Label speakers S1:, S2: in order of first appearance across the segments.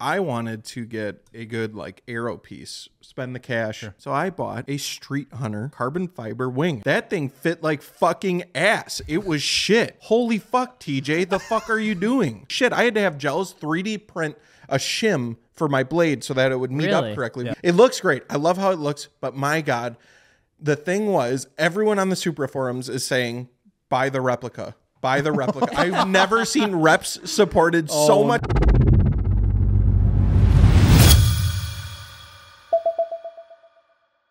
S1: I wanted to get a good like arrow piece, spend the cash. So I bought a Street Hunter carbon fiber wing. That thing fit like fucking ass. It was shit. Holy fuck, TJ, the fuck are you doing? Shit, I had to have Gels 3D print a shim for my blade so that it would meet up
S2: Really?
S1: correctly. It looks great. I love how it looks, but my god, the thing was everyone on the Supra forums is saying buy the replica. Buy the replica. I've never seen reps supported
S2: Oh.
S1: so much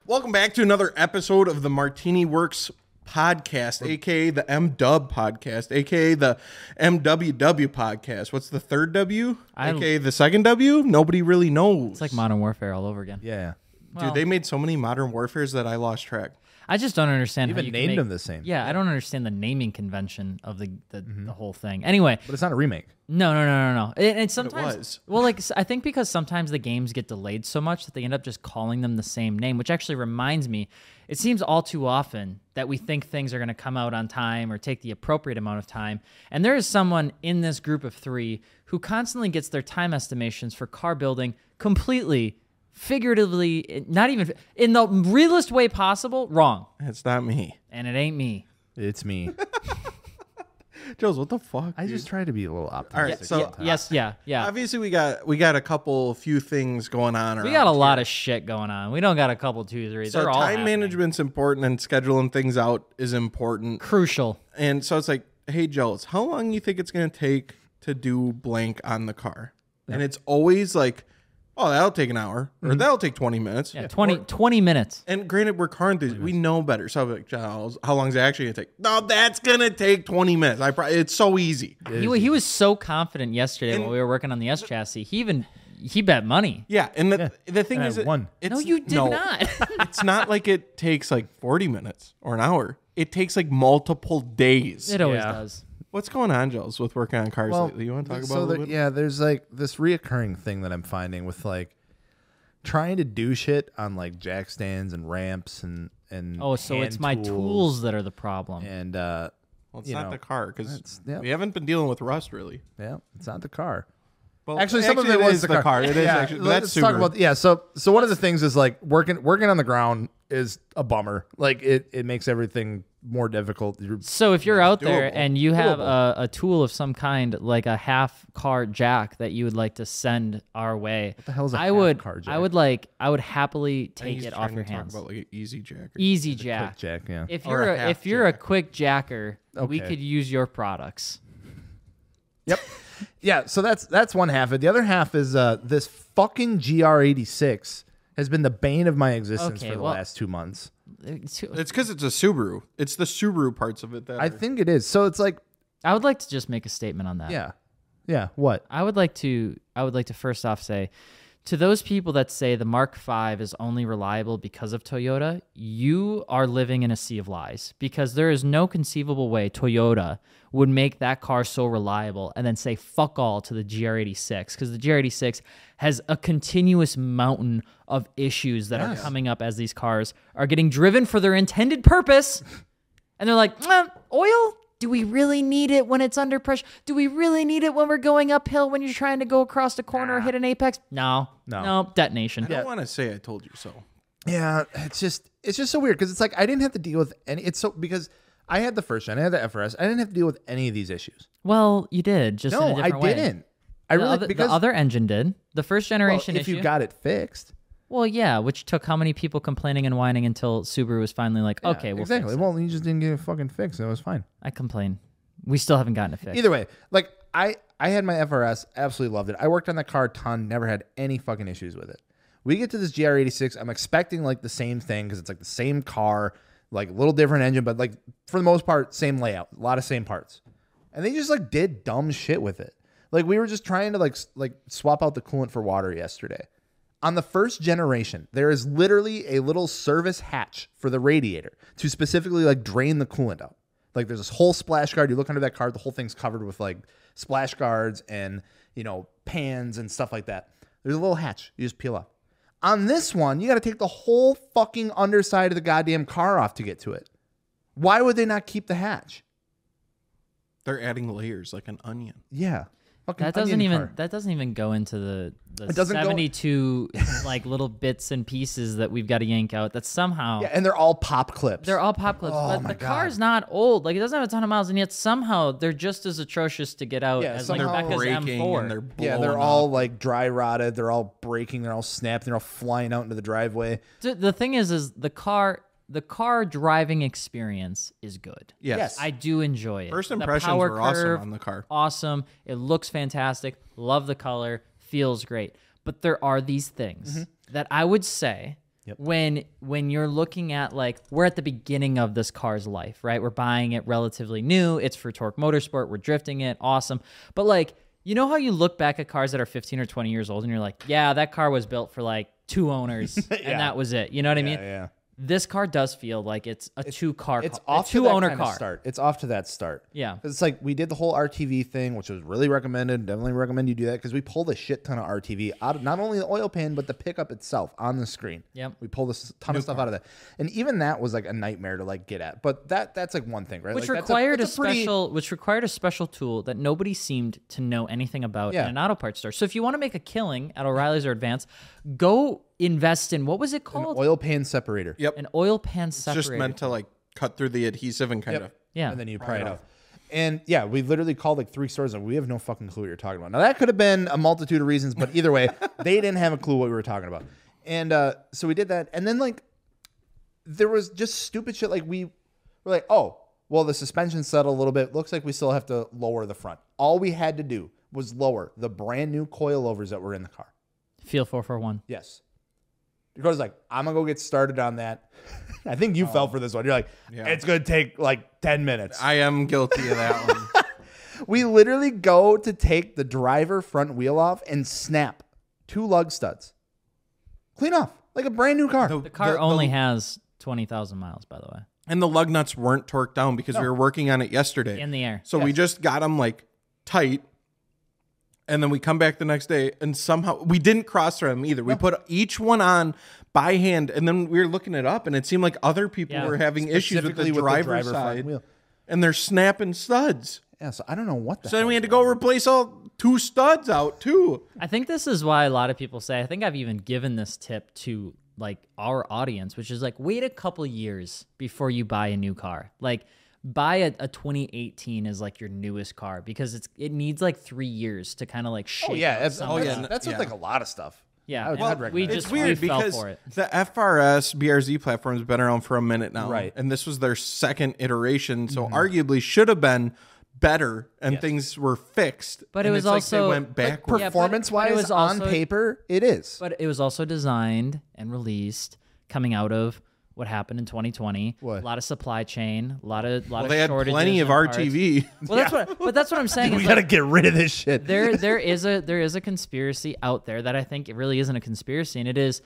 S1: Welcome back to another episode of the Martini Works podcast, aka the M Dub podcast, aka the MWW podcast. What's the third W?
S2: I-
S1: aka the second W? Nobody really knows.
S2: It's like Modern Warfare all over again.
S3: Yeah.
S1: Dude, they made so many modern warfares that I lost track.
S2: I just don't understand. how
S3: Even
S2: you can
S3: named
S2: make-
S3: them the same. Mm-hmm.
S2: Yeah, I don't understand the naming convention of the the, the whole thing. Anyway,
S3: But it's not a remake.
S2: no, no, no, no, no. And, and sometimes,
S1: was.
S2: well, like s- I think because sometimes the games get delayed so much that they end up just calling them the same name. Which actually reminds me, it seems all too often that we think things are going to come out on time or take the appropriate amount of time. And there is someone in this group of three who constantly gets their time estimations for car building completely. Figuratively, eh, not even in the realest way possible, wrong.
S1: It's not me.
S2: And it ain't me.
S3: It's me.
S1: Joe's, what the fuck?
S3: I
S1: dude?
S3: just try to be a little optimistic.
S1: All right, so
S2: Yes, yeah, yeah.
S1: obviously we got we got a couple few things going on around.
S2: we got a lot of shit going on. We don't got a couple two threes.
S1: so
S2: They're all
S1: time
S2: happening.
S1: management's important and scheduling things out is important.
S2: crucial.
S1: And so it's like, hey, Joe's, how long you think it's going to take to do blank on the car? And it's always like, oh, that'll take an hour or that'll take 20 minutes.
S2: Mm-hmm. Yeah, 20, 20 minutes.
S1: And granted, we're car enthusiasts. We know better. So I'm like, Giles, how long is it actually going to take? No, that's going to take 20 minutes. I probably, It's so easy.
S2: He, wa- he was so confident yesterday while we were working on the S chassis. He even he bet money.
S1: Yeah. And the, the thing
S3: And I
S1: is, it-
S3: won.
S1: It's,
S2: No, you did
S1: no.
S2: not.
S1: it's not like it takes like 40 minutes or an hour. It takes like multiple days.
S2: it always
S3: Yeah.
S2: does.
S1: What's going on, Giles, with working on cars lately? You want to talk about
S3: so
S1: it a
S3: there-
S1: little bit?
S3: yeah there's like this reoccurring thing that i'm finding with like trying to do shit on like jack stands and ramps and and
S2: Oh, so
S3: hand
S2: it's my tools that are the problem.
S3: and uh
S1: Well, it's
S3: you
S1: not
S3: know,
S1: the car because
S3: that's- yeah.
S1: we haven't been dealing with rust really.
S3: yeah it's not the car
S1: Well,
S3: actually, some of it, was
S1: is the car. It is
S3: Yeah,
S1: actually. but
S3: Let's
S1: that's
S3: talk
S1: Subaru.
S3: about yeah. So so one of the things is like working working on the ground is a bummer. Like it it makes everything more difficult. You're-
S2: So if you're out there
S1: doable.
S2: and you have a, a tool of some kind, like a half car jack that you would like to send our way, what the
S3: hell is a half
S2: would
S3: car
S2: I
S3: jack?
S2: would like I would happily take
S1: He's
S2: it off
S1: trying
S2: your
S1: to talk
S2: hands. E
S1: About like an easy jack. or-
S2: Easy jack.
S3: Jack, yeah.
S2: If
S1: Or
S2: you're
S1: a
S2: a, if
S1: half
S2: you're a quick jacker, we
S3: Okay.
S2: could use your products.
S3: Yep. Yeah, so that's that's one half. of it. The other half is uh this fucking GR86 has been the bane of my existence
S2: Okay,
S3: for the
S2: well-
S3: last 2 months.
S1: It's because it's a Subaru. It's the Subaru parts of it that
S3: I
S1: are-
S3: think it is. So it's like
S2: I would like to just make a statement on that.
S3: yeah. Yeah, what?
S2: I would like to I would like to first off say to those people that say the Mark V is only reliable because of Toyota, you are living in a sea of lies because there is no conceivable way Toyota would make that car so reliable and then say fuck all to the GR86 because the GR86 has a continuous mountain of issues that are coming up as these cars are getting driven for their intended purpose. And they're like, "Mm, oil? Do we really need it when it's under pressure? Do we really need it when we're going uphill when you're trying to go across the corner or hit an apex? No. No. detonation.
S1: I don't want to say I told you so.
S3: Yeah, it's just it's just so weird cuz it's like I didn't have to deal with any it's so because I had the first gen, I had the FRS. I didn't have to deal with any of these issues.
S2: Well, you did, just in a
S3: No, I
S2: different way.
S3: didn't. I
S2: The,
S3: really
S2: other,
S3: because
S2: the other engine did. The first
S3: well,
S2: generation
S3: if
S2: issue.
S3: you got it fixed.
S2: well, yeah, which took how many people complaining and whining until Subaru was finally like,
S3: Yeah,
S2: okay, we'll fix
S3: exactly.
S2: it."
S3: Well, you just didn't get it fucking fixed, and it was fine.
S2: I complain. We still haven't gotten it fixed.
S3: Either way, like I, I had my FRS, absolutely loved it. I worked on that car a ton, never had any fucking issues with it. We get to this GR86, I'm expecting like the same thing because it's like the same car, like a little different engine, but like for the most part, same layout, a lot of same parts. And they just like did dumb shit with it. Like we were just trying to like s- like swap out the coolant for water yesterday. On the first generation, there is literally a little service hatch for the radiator to specifically like drain the coolant out. Like there's this whole splash guard. You look under that card, the whole thing's covered with like splash guards and you know pans and stuff like that. There's a little hatch. You just peel off. On this one, you got to take the whole fucking underside of the goddamn car off to get to it. Why would they not keep the hatch?
S2: Oh,
S1: They're adding layers like an onion.
S3: Yeah. Fucking
S2: That doesn't
S3: onion
S2: even
S3: car.
S2: that doesn't even go into the,
S3: It
S2: the
S3: doesn't go-
S2: 72 like little bits and pieces that we've got to yank out that somehow
S3: Yeah, and they're all pop clips.
S2: they're all pop clips,
S3: Oh
S2: but
S3: my
S2: the
S3: God.
S2: car's not old. Like it doesn't have a ton of miles, and yet somehow they're just as atrocious to get out
S3: Yeah,
S2: as like
S1: They're
S3: somehow-
S2: Becca's
S1: breaking
S2: M4.
S1: and they're blowing
S3: yeah, they're
S1: up.
S3: all like dry rotted. They're all breaking. They're all snapped. They're all flying out into the driveway.
S2: Th- the thing is, is the car the car driving experience is good.
S1: Yes.
S3: Yes.
S2: I do enjoy it.
S1: First
S2: The
S1: impressions
S2: power
S1: were awesome
S2: curve,
S1: on the car.
S2: Awesome. It looks fantastic. Love the color. Feels great. But there are these things
S3: Mm-hmm.
S2: that I would say when when you're looking at like we're at the beginning of this car's life, right? We're buying it relatively new. It's for Torque Motorsport. We're drifting it. Awesome. But like you know how you look back at cars that are 15 or 20 years old and you're like, yeah, that car was built for like two owners and that was it. You know what I mean?
S3: Yeah, yeah.
S2: This car does feel like it's a two car,
S3: It's
S2: car,
S3: off
S2: a
S3: to
S2: two
S3: that
S2: owner
S3: kind
S2: car.
S3: Of start. It's off to that start.
S2: Yeah.
S3: 'Cause It's like we did the whole RTV thing, which was really recommended. Definitely recommend you do that because we pulled a shit ton of RTV out of not only the oil pan but the pickup itself on the screen.
S2: Yep.
S3: We pulled a s- ton of stuff out of that, and even that was like a nightmare to like get at. But that that's like one thing, right?
S2: which
S3: Like, that's
S2: required a,
S3: that's pretty-
S2: special which required a special tool that nobody seemed to know anything about
S3: Yeah.
S2: in an auto parts store. So if you want to make a killing at O'Reilly's or Advance, go invest in what was it called?
S3: oil pan separator.
S1: Yep.
S2: An oil pan
S1: It's
S2: separator.
S1: just meant to like cut through the adhesive and kind of.
S2: yeah.
S3: And then you pry it off. And yeah, we literally called like three stores and we have no fucking clue what you're talking about. Now that could have been a multitude of reasons, but either way, they didn't have a clue what we were talking about. And uh, so we did that. And then like there was just stupid shit like we were like, oh, well, the suspension settled a little bit. Looks like we still have to lower the front. All we had to do was lower the brand new coilovers that were in the car.
S2: Feel 441.
S3: Yes. Dakota's like, I'm gonna go get started on that. I think you fell for this one. You're like, it's gonna take like 10 minutes.
S1: I am guilty of that one.
S3: We literally go to take the driver front wheel off and snap two lug studs. Clean off like a brand new car.
S2: The car only has 20,000 miles by the way.
S1: and the lug nuts weren't torqued down because we were working on it yesterday.
S2: In the air.
S1: So we just got them like tight. And then we come back the next day and somehow we didn't cross thread them either. We put each one on by hand and then we were looking it up and it seemed like other people
S2: Yeah.
S1: were having issues with
S3: Specifically
S1: the
S3: with the
S1: driver's
S3: driver front
S1: side
S3: wheel.
S1: and they're snapping studs.
S3: Yeah, so I don't know what the
S1: So
S3: hell.
S1: then we had to go replace all two studs out too.
S2: I think this is why a lot of people say I think I've even given this tip to like our audience, which is like wait a couple years before you buy a new car. Like buy a, a 2018 is like your newest car because it's it needs like three years to kind of like shape.
S3: oh yeah,
S2: up
S3: that's,
S2: some-
S3: oh yeah,
S1: yeah.
S3: that's with like a lot of stuff.
S2: yeah.
S3: I would-
S2: and
S3: I'd
S2: we
S3: recommend it.
S2: just
S1: it's weird
S2: we
S1: because
S2: fell for it.
S1: the FRS BRZ platform has been around for a minute now,
S3: Right.
S1: And this was their second iteration, so
S2: Mm-hmm.
S1: arguably should have been better, and things were fixed.
S2: But it
S1: And
S2: was
S1: it's like
S2: also-
S1: they went
S2: Like,
S1: backwards.
S2: Yeah, but-
S3: Performance
S2: but it
S3: wise,
S2: was
S3: on
S2: also-
S3: paper, it is.
S2: But it was also designed and released coming out of what happened in 2020.
S3: What?
S2: A lot of supply chain, a lot of lot
S1: well,
S2: of
S1: they had
S2: shortages
S1: plenty
S2: in
S1: of
S2: parts.
S1: RTV.
S2: Well, that's what. But that's what I'm saying. is,
S3: we
S2: like,
S3: gotta get rid of this shit.
S2: there there is a there is a conspiracy out there that I think it really isn't a conspiracy, and it is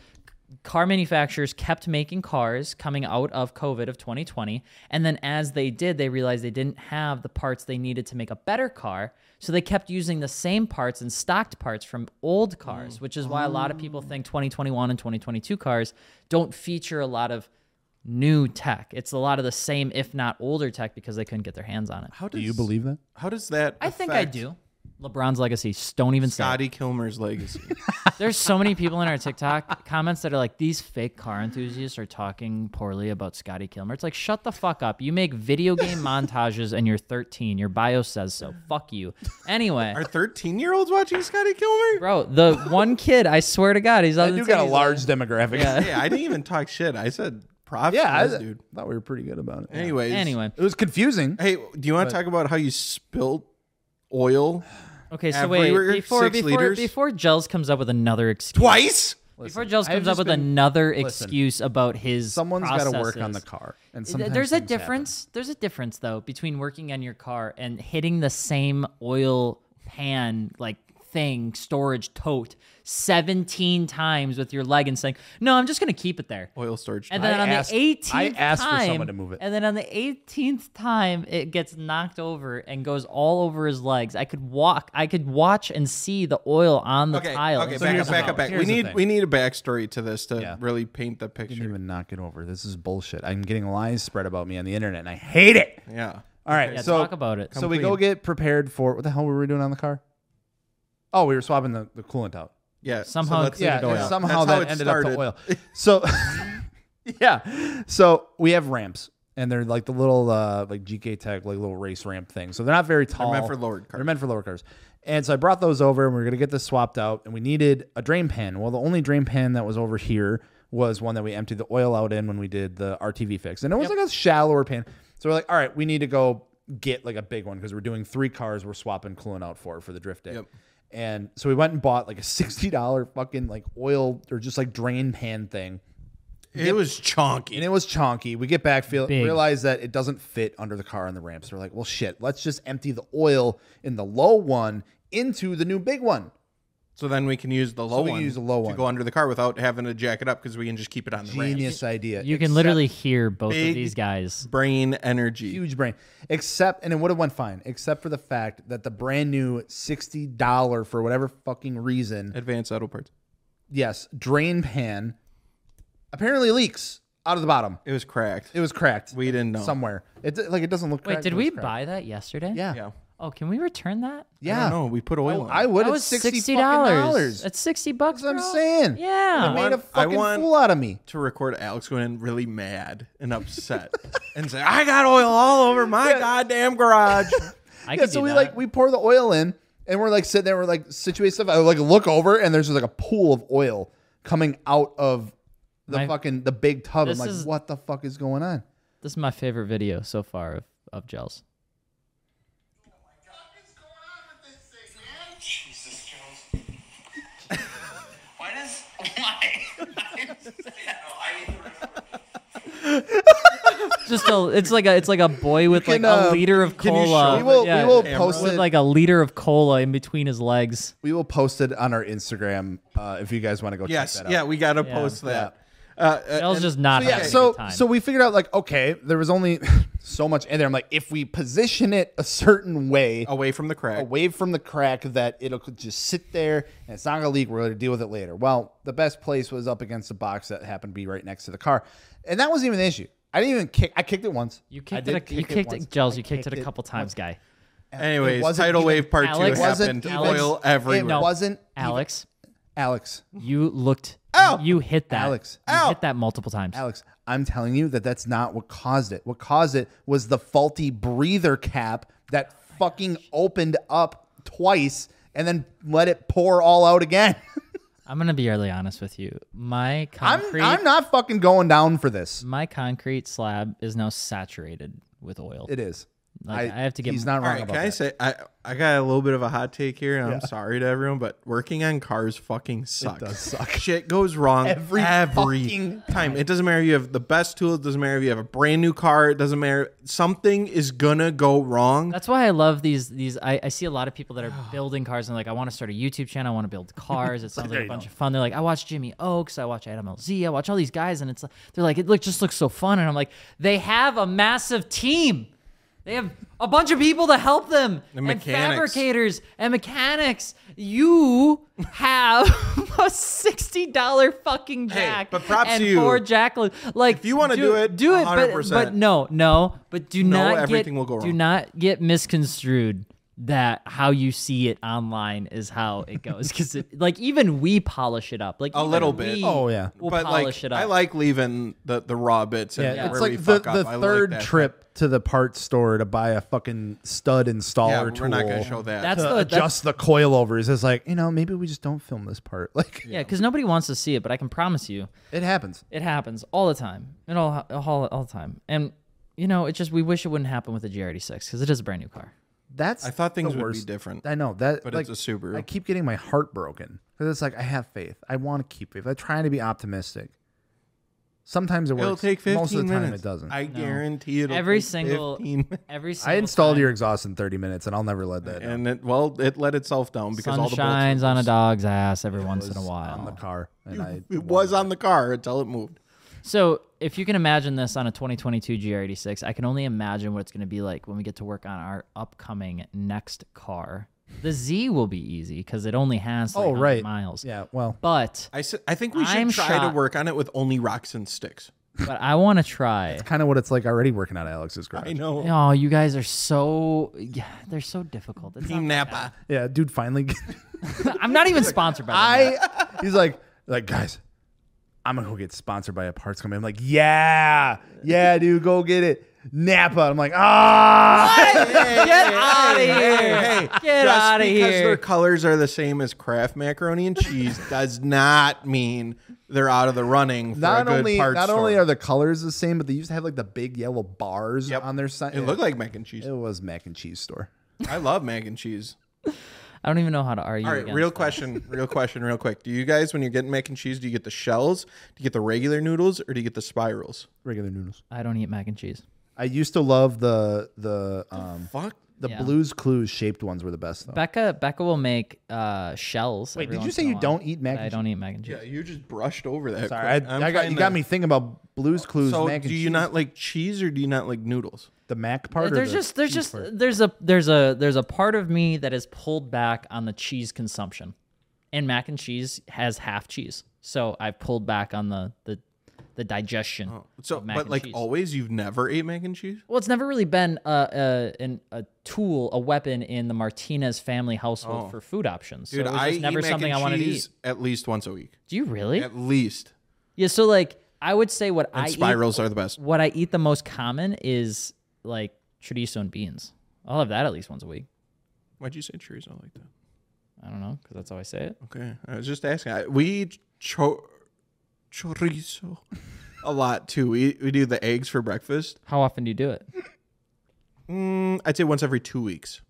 S2: car manufacturers kept making cars coming out of COVID of 2020, and then as they did, they realized they didn't have the parts they needed to make a better car, so they kept using the same parts and stocked parts from old
S1: Mm.
S2: cars, which is why a lot of people
S1: Oh.
S2: think 2021 and 2022 cars don't feature a lot of new tech. It's a lot of the same if not older tech because they couldn't get their hands on it.
S1: How does
S3: Do you believe that?
S1: How does that?
S2: I think I
S1: affect
S2: do. LeBron's legacy, don't even say it.
S1: Scotty Kilmer's legacy.
S2: There's so many people in our TikTok comments that are like, these fake car enthusiasts are talking poorly about Scotty Kilmer. It's like, shut the fuck up. You make video game montages and you're 13. Your bio says so. Fuck you. Anyway,
S1: Are thirteen-year-olds watching Scotty Kilmer?
S2: bro, the one kid, I swear to God, he's on
S3: I
S2: the
S3: do got a
S2: titties.
S3: large demographic. Yeah,
S1: Yeah, I didn't even talk shit. I said props,
S3: yeah
S1: yeah,
S3: I
S1: dude.
S3: thought we were pretty good about it.
S1: Anyways,
S2: Anyway,
S3: It was confusing.
S1: Hey, do you want to talk about how you spilled oil
S2: okay, so
S1: Every-
S2: wait, before
S1: six
S2: before,
S1: liters?
S2: before Gels comes up with another excuse,
S1: twice?
S2: before Gels
S3: I've
S2: comes up
S3: just
S2: with
S3: been-
S2: another excuse about his
S3: Someone's
S2: got to
S3: work on the car, and
S2: Th-
S3: sometimes
S2: there's a
S3: things happen.
S2: difference. There's a difference though between working on your car and hitting the same oil pan like thing storage tote 17 times with your leg and saying, "No, I'm just going to keep it there."
S1: Oil storage.
S2: And then
S3: I
S2: on
S3: asked- I
S2: the 18th
S3: asked for
S2: time,
S3: someone to move it.
S2: And then on the 18th time, it gets knocked over and goes all over his legs. I could walk. I could watch and see the oil on the
S1: okay,
S2: tile.
S1: Okay,
S2: It's
S1: back up,
S3: here's
S1: back
S3: the
S1: up, back.
S3: thing.
S1: We
S3: Here's the
S1: need
S3: thing.
S1: we need a backstory to this to
S3: Yeah.
S1: really paint the
S3: I didn't
S1: picture.
S3: even knock it over. This is bullshit. I'm getting lies spread about me on the internet, and I hate it.
S1: Yeah.
S3: All right,
S2: Yeah,
S3: so
S2: talk about it.
S3: So we go get prepared for what the hell were we doing on the car? Oh, we were swapping the, the coolant out.
S1: Yeah.
S2: Somehow
S1: that's-
S2: Yeah,
S3: Yeah,
S2: oil.
S3: and somehow
S1: That's how
S3: that
S1: it
S3: ended up
S1: started.
S3: to oil. So, yeah. So we have ramps, and they're like the little uh, like GK Tech like little race ramp thing. So they're not very tall.
S1: meant for lowered cars.
S3: They're meant for lower cars. And so I brought those over, and we were gonna get this swapped out, and we needed a drain pan. Well, the only drain pan that was over here was one that we emptied the oil out in when we did the RTV fix, and it was like a shallower pan. So we're like, all right, we need to go get like a big one because we're doing three cars. We're swapping coolant out for for the drift day.
S1: Yep.
S3: And so we went and bought like a sixty dollar fucking like oil or just like drain pan thing,
S1: It was chonky.
S3: and it was chonky. We get back, feel
S2: Big.
S3: realize that it doesn't fit under the car on the ramps. We're like, well, shit, let's just empty the oil in the low one into the new big one.
S1: So then we can use the low
S3: we can
S1: one.
S3: use the low
S1: to
S3: one.
S1: go under the car without having to jack it up because we can just keep it on the ramp.
S3: Genius idea.
S2: You
S3: Except-
S2: can literally hear both of
S1: big-
S2: these guys.
S1: Brain energy.
S3: huge brain. Except and it would have went fine, except for the fact that the brand new sixty dollar for whatever fucking reason
S1: Advanced auto parts.
S3: yes, drain pan apparently leaks out of the bottom.
S1: It was cracked.
S3: It was cracked.
S1: we didn't know.
S3: somewhere. It like it doesn't look.
S2: Wait,
S3: cracked,
S2: did
S3: it
S2: we
S3: was cracked.
S2: buy that yesterday?
S3: Yeah,
S1: yeah.
S2: Oh, can we return that?
S1: I
S3: yeah.
S1: don't know. We put oil on.
S3: I
S1: it.
S3: would
S2: That
S3: at
S2: was
S3: sixty
S2: sixty
S3: dollars.
S2: dollars.
S3: That's
S2: That's sixty bucks.
S3: what I'm
S2: bro.
S3: saying.
S2: Yeah.
S3: It made a
S1: want- I
S3: fucking
S1: want-
S3: fool out of me.
S1: to record Alex going in really mad and upset and say, I got oil all over my goddamn garage.
S2: I
S3: Yeah,
S2: could
S3: so
S2: do
S3: we
S2: that.
S3: like we pour the oil in, and we're like sitting there, we're like situate stuff. I like look over, and there's just like a pool of oil coming out of the
S2: My-
S3: fucking the big tub. I'm
S2: This
S3: like,
S2: is-
S3: what the fuck is going on?
S2: this is my favorite video so far of, of gels.
S4: What is going on with this thing, man? Jesus, Jones. why does why?
S2: Just a, it's like a, it's like a boy with
S3: can,
S2: like a
S3: uh,
S2: liter of
S1: can you show
S2: cola.
S1: me
S3: We will
S2: yeah,
S3: we will
S1: camera.
S3: post
S2: with
S3: it.
S2: like a liter of cola in between his legs.
S3: we will post it on our Instagram uh, if you guys want to go.
S1: yes.
S3: check that out.
S1: Yeah. We got to post that. Uh, uh,
S2: Gels
S1: and-
S2: just not.
S3: yeah,
S2: having a
S3: so
S2: good time.
S3: so we figured out like okay, there was only so much in there. I'm like, if we position it a certain way
S1: away from the crack.
S3: away from the crack, that it'll just sit there and it's not gonna leak. We're gonna deal with it later. Well, the best place was up against the box that happened to be right next to the car, and that wasn't even the issue. I didn't even kick. I kicked it once.
S2: you
S3: I
S2: kicked
S3: did
S2: it. A, you
S3: kick
S2: kicked
S3: once.
S2: it, gels.
S3: I
S2: You kicked it a couple
S3: once.
S2: times, guy.
S1: Anyways,
S3: wasn't
S1: tidal
S3: even-
S1: wave part
S2: Alex-
S1: two happened.
S3: wasn't even-
S1: Oil
S3: it
S1: everywhere.
S3: No. wasn't
S2: Alex.
S3: Alex.
S2: You looked.
S3: Ow!
S2: You hit that.
S3: Alex.
S2: You hit that multiple times.
S3: Alex, I'm telling you that that's not what caused it. What caused it was the faulty breather cap
S2: Oh
S3: that fucking opened up twice and then let it pour all out again.
S2: I'm gonna be really honest with you. My
S3: I'm
S2: concrete,
S3: I'm not fucking going down for this.
S2: my concrete slab is now saturated with oil.
S3: It is.
S2: Like, I have to get
S3: He's not
S1: All
S3: wrong
S1: right,
S3: about
S1: can I
S3: that.
S1: say I I got a little bit of a hot take here, and I'm sorry to everyone, but working on cars fucking sucks.
S3: does suck.
S1: Shit goes wrong
S3: Every
S1: every,
S3: fucking
S1: time. It doesn't matter if you have the best tool. It doesn't matter if you have a brand new car. It doesn't matter. Something is gonna go wrong.
S2: That's why I love these. These I, I see a lot of people that are building cars and like I want to start a YouTube channel. I want to build cars. It sounds like a bunch of fun. They're like I watch Jimmy Oaks, I watch Adam LZ, I watch all these guys, and it's like they're like it look, just looks so fun. And I'm like they have a massive team. They have a bunch of people to help them
S1: And
S2: and
S1: mechanics.
S2: fabricators and mechanics. You have a sixty dollar fucking jack
S1: but props
S2: and
S1: to you.
S2: four jack. li- Like if
S1: you wanna do it,
S2: do it, but
S1: 100%.
S2: but no, no, but do
S1: No,
S2: not
S1: everything
S2: get,
S1: will go
S2: do
S1: wrong.
S2: not get misconstrued that how you see it online is how it goes because like even we polish it up like a
S1: little bit.
S3: Oh, yeah.
S2: we'll
S1: but like,
S2: polish it up
S1: I like leaving the the raw bits. And
S3: Yeah, it's
S1: where we
S3: like the,
S1: fuck up.
S3: the
S1: I like
S3: third
S1: that.
S3: trip to the parts store to buy a fucking stud installer
S1: Yeah, we're
S3: tool.
S1: not gonna show that.
S2: that's
S3: to
S2: the that's,
S3: adjust the coilovers. It's like you know maybe we just don't film this part. Like
S2: yeah because nobody wants to see it but i can promise you
S3: it happens.
S2: it happens all the time and all all, all the time and you know it's just we wish it wouldn't happen with the gr86 because it is a brand new car
S3: That's
S1: I thought things
S3: the
S1: would
S3: worst.
S1: be different.
S3: I know that,
S1: But
S3: like,
S1: it's a Subaru.
S3: I keep getting my heart broken because it's like I have faith. I want to keep faith. I'm trying to be optimistic. Sometimes it works.
S1: It'll take 15
S3: Most of the time,
S1: minutes.
S3: it doesn't. I,
S1: I guarantee it'll
S2: every
S1: take
S2: single
S1: 15 minutes.
S2: every single
S3: installed your exhaust in 30 minutes, and I'll never let that. down.
S1: And it, well, it let itself down because
S2: sun
S1: all the bolts were
S2: shines on a
S1: loose.
S2: dog's ass every once in a
S3: It's
S2: while
S3: on the car, and I
S1: It was on the car until it moved.
S2: So, if you can imagine this on a 2022 GR86, I can only imagine what it's going to be like when we get to work on our upcoming next car. The Z will be easy because it only has
S3: oh
S2: 300
S3: right
S2: miles.
S3: Yeah, well,
S2: But
S1: I, s- I think we should
S2: I'm
S1: try to
S2: shocked.
S1: work on it with only rocks and sticks.
S2: but I want to try.
S3: Kind of what it's like already working out at Alex's garage.
S1: I know.
S2: Oh, you guys are so yeah, they're so difficult. It's
S1: Team
S2: not,
S1: Napa.
S3: Yeah, dude. Finally,
S2: I'm not even sponsored by. them yet.
S3: I. He's like, like guys, I'm gonna go get sponsored by a parts company. I'm like, yeah, yeah, dude, go get it. Napa. I'm like, ah.
S2: Get outta here. Get
S1: just
S2: outta
S1: Because
S2: here.
S1: their colors are the same as Kraft macaroni and cheese does not mean they're out of the running for a
S3: Not
S1: good
S3: only,
S1: parts
S3: not only
S1: store.
S3: are the colors the same, but they used to have like the big yellow bars
S1: Yep.
S3: on their side.
S1: it looked like mac and cheese.
S3: it was mac and cheese store.
S1: I love mac and cheese.
S2: I don't even know how to argue.
S1: All right,
S2: against
S1: real
S2: that.
S1: question, real question, real quick. Do you guys, when you're getting mac and cheese, do you get the shells? Do you get the regular noodles, or do you get the spirals?
S3: Regular noodles.
S2: I don't eat mac and cheese.
S3: I used to love the the um
S1: Fuck.
S3: the
S2: Yeah.
S3: Blues Clues shaped ones were the best though.
S2: Becca Becca will make uh, shells. Wait,
S3: Did you say you don't eat mac?
S2: I
S3: and
S2: don't eat mac and cheese.
S1: Yeah, you just brushed over that.
S3: Sorry, I,
S1: quick. I'm
S3: I got
S1: trying
S3: you
S1: to-
S3: got me thinking about Blues Clues.
S1: So,
S3: mac and
S1: do you
S3: cheese.
S1: not like cheese, or do you not like noodles?
S3: the mac part? or
S2: there's
S3: the
S2: just there's just
S3: cheese part?
S2: there's a there's a there's a part of me that is pulled back on the cheese consumption, and mac and cheese has half cheese, so I've pulled back on the the the digestion.
S1: So,
S2: of mac
S1: but
S2: and
S1: like
S2: cheese.
S1: always, you've never ate mac and cheese.
S2: Well, it's never really been a, a, an, a tool, a weapon in the Martinez family household for food options. So
S1: Oh. Dude,
S2: it was
S1: I
S2: just
S1: eat
S2: never
S1: mac
S2: something
S1: and
S2: I wanted to
S1: cheese
S2: eat.
S1: at least once a week.
S2: Do you really?
S1: At least.
S2: Yeah. So like, I would say what I eat,
S1: Spirals are the best.
S2: what I eat the most common is like chorizo and beans. I'll have that at least once a week.
S1: Why'd you say chorizo like that?
S2: I don't know because that's how I say it.
S1: Okay, I was just asking. I, we eat cho- chorizo a lot too. We we do the eggs for breakfast.
S2: How often do you do it?
S1: Mm, I'd say once every two weeks.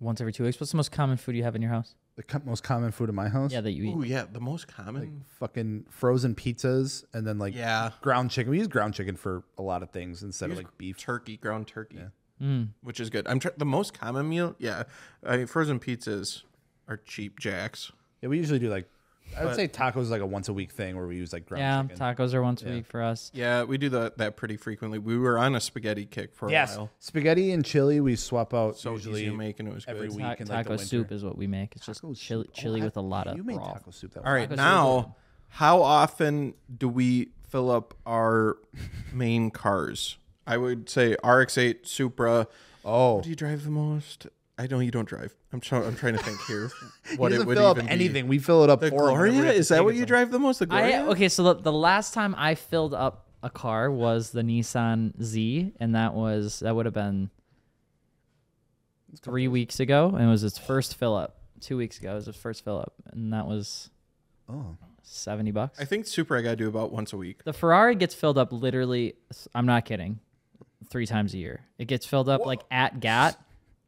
S2: Once every two weeks. What's the most common food you have in your house?
S3: the co- most common food in my house.
S2: Yeah, that you eat.
S1: Oh yeah, the most common.
S3: fucking frozen pizzas and then like
S1: yeah,
S3: ground chicken. We use ground chicken for a lot of things instead of like beef.
S1: turkey, ground turkey,
S3: Mm.
S1: which is good. I'm tr- the most common meal. Yeah, I mean, frozen pizzas are cheap jacks.
S3: Yeah, we usually do like I would say tacos is like a once a week thing where we use like ground
S2: Yeah,
S3: chicken.
S2: tacos are once a week for us.
S1: Yeah, we do that that pretty frequently. We were on a spaghetti kick for a
S3: yes,
S1: while.
S3: spaghetti and chili we swap out
S1: So
S3: usually
S1: easy to make and it was
S3: every
S1: good.
S2: Ta-
S3: week. in, like, the
S2: taco
S3: winter.
S2: soup is what we make. It's just chili, chili with a lot of
S3: You made
S2: broth.
S3: taco soup that
S1: All right,
S2: Tacos are
S1: now how often do we fill up our main cars? I would say RX-8, Supra.
S3: Oh,
S1: What do you drive the most? I know you don't drive. I'm try- I'm trying to think here. What
S3: doesn't
S1: it would
S3: fill up
S1: even be.
S3: anything. We fill it up
S1: The
S3: for 'em whenever we
S1: Gloria
S3: have to
S1: is that
S3: take
S1: what
S3: it
S1: you
S3: somewhere.
S1: drive the most? The
S2: I,
S1: Gloria.
S2: okay, so the, the last time I filled up a car was the Nissan Z, and that was that would have been three weeks ago, and it was its first fill up. Two weeks ago, it was its first fill up, and that was
S3: Oh.
S2: seventy bucks.
S1: I think Supra I gotta do about once a week.
S2: The Ferrari gets filled up literally. I'm not kidding. Three times a year, it gets filled up like at GAT,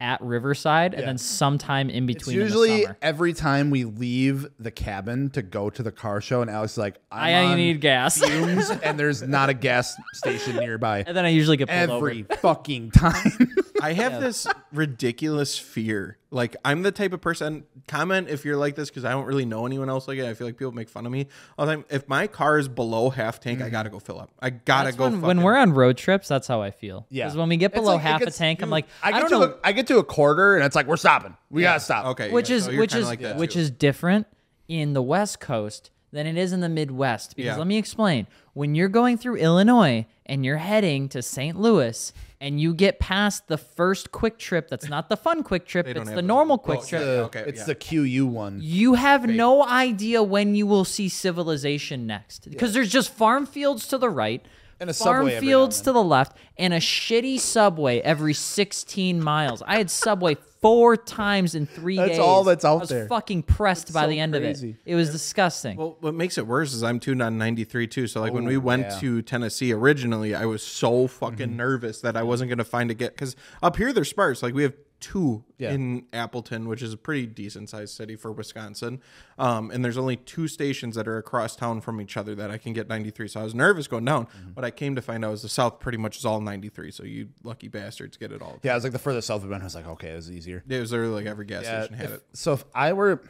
S2: at Riverside, and then sometime in
S3: It's
S2: between. in the
S3: usually
S2: summer.
S3: every time we leave the cabin to go to the car show, and Alex is like,
S2: I, e-"
S3: I'm
S2: I
S3: on
S2: need gas, and
S3: fumes, and there's not a gas station nearby
S2: then I usually get pulled over.
S3: every fucking time.
S1: I have this ridiculous fear. Like I'm the type of person. Comment if you're like this because I don't really know anyone else like it. I feel like people make fun of me all the time. If my car is below half tank, I gotta go fill up. I gotta
S2: Mm-hmm. That's
S1: go.
S2: when, when
S1: fucking-
S2: we're on road trips, that's how I feel.
S3: Yeah.
S2: Because when we get
S3: It's
S2: below
S3: like, it
S2: half
S3: gets-
S2: a tank, I'm
S3: dude,
S2: like, I,
S3: I get
S2: don't
S3: to
S2: know.
S3: A, I get to a quarter, and it's like we're stopping. We gotta stop.
S1: okay,
S2: which
S1: yeah,
S2: is
S1: so you're
S2: which
S1: kinda
S2: is
S1: like that
S2: which
S1: too.
S2: is different in the West Coast than it is in the Midwest. Because
S1: Yeah.
S2: let me explain. When you're going through Illinois and you're heading to St. Louis and you get past the first quick trip, that's not the fun quick trip,
S1: don't
S2: it's
S1: have
S2: the
S1: those.
S2: normal
S1: Oh,
S2: quick
S1: yeah.
S2: trip.
S3: The-
S1: Okay,
S3: it's
S1: yeah.
S3: the QU one.
S2: You have no idea when you will see civilization next because there's just farm fields to the right
S3: And a
S2: farm
S3: subway every now and
S2: fields to the left and a shitty subway every 16 miles. I had subway four times in three
S3: That's
S2: days.
S3: all that's out
S2: I was
S3: there.
S2: fucking pressed by the end of
S3: crazy.
S2: it. It was disgusting.
S1: Well, what makes it worse is I'm tuned on 93 too. So like when
S3: Oh,
S1: we went to Tennessee originally, I was so fucking
S3: Mm-hmm.
S1: nervous that I wasn't gonna find a get because up here they're sparse. Like we have two
S3: Yeah.
S1: in Appleton, which is a pretty decent sized city for Wisconsin, um, and there's only two stations that are across town from each other that I can get 93. So I was nervous going down,
S3: Mm-hmm.
S1: but I came to find out is the South pretty much is all 93. So you lucky bastards get it all.
S3: Yeah, it was like the further south we went. I was like, okay, it was easier. Uh,
S1: It was literally like every gas station had
S3: If-
S1: it.
S3: so if I were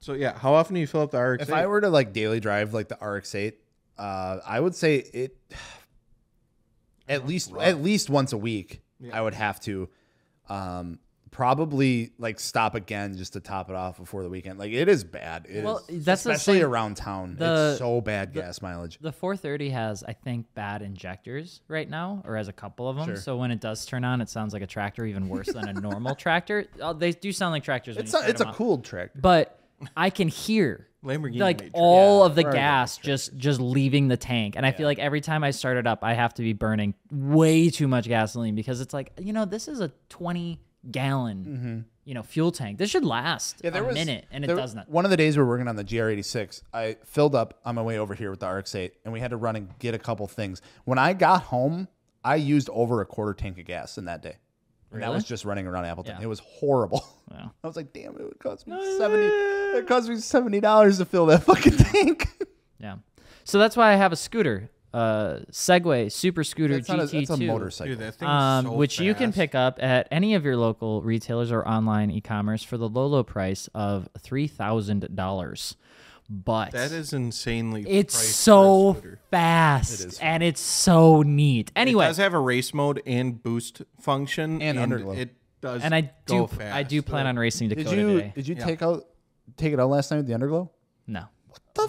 S1: So yeah, how often do you fill up the RX?
S3: if I were to like daily drive like the RX-8, uh, I would say it at least at least once a week I would have to. Um, probably like stop again just to top it off before the weekend. Like it is bad. It is
S2: Well, that's the
S3: especially
S2: same-
S3: around town.
S2: the-
S3: it's so bad gas mileage.
S2: The 430 has, I think, bad injectors right now, or has a couple of them. So when it does turn on, it sounds like a tractor, even worse than a normal tractor. Uh, they do sound like tractors. When
S3: It's
S2: you
S3: a,
S2: start
S3: it's a
S2: them up.
S3: cool tractor.
S2: But I can hear
S1: Lamborghini
S2: like
S1: major.
S2: all of the
S3: Ferrari
S2: gas just just leaving the tank, and I feel like every time I start it up, I have to be burning way too much gasoline because it's like you know this is a 20 gallon. You know, fuel tank. This should last a minute, and it
S3: Mm-hmm. there-
S2: does not.
S3: One of the days we were working on the GR86, I filled up on my way over here with the RX8, and we had to run and get a couple things. When I got home, I used over a quarter tank of gas in that day. And that
S2: Really?
S3: was just running around Appleton.
S2: Yeah.
S3: It was horrible.
S2: Wow.
S3: I was like, damn, it would cost me seventy. It cost me seventy dollars to fill that fucking tank.
S2: Yeah. So that's why I have a scooter, uh, Segway Super Scooter
S3: That's not a,
S2: GT2,
S3: that's a motorcycle.
S1: Dude, that thing
S2: um,
S1: is so
S2: which you can
S1: fast.
S2: pick up at any of your local retailers or online e-commerce for the low low price of three thousand dollars. But
S1: That is insanely.
S2: it's
S1: priced for a
S2: so
S1: scooter.
S2: fast and it's so neat.
S1: It
S2: Anyway,
S1: does have a race mode and boost function,
S3: And underglow.
S1: It does.
S2: and I
S1: go
S2: do
S1: fast.
S2: I do plan on racing
S3: Did
S2: Dakota
S3: you
S2: today.
S3: did you take out take it out last night with the underglow?
S2: No.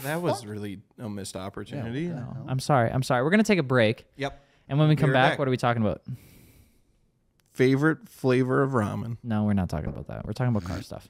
S1: That was really a missed opportunity.
S2: I'm sorry. I'm sorry. We're gonna take a break.
S1: Yep.
S2: And when we come
S1: right
S2: back,
S1: back.
S2: what are we talking about?
S1: Favorite flavor of ramen?
S2: No, we're not talking about that. We're talking about car stuff.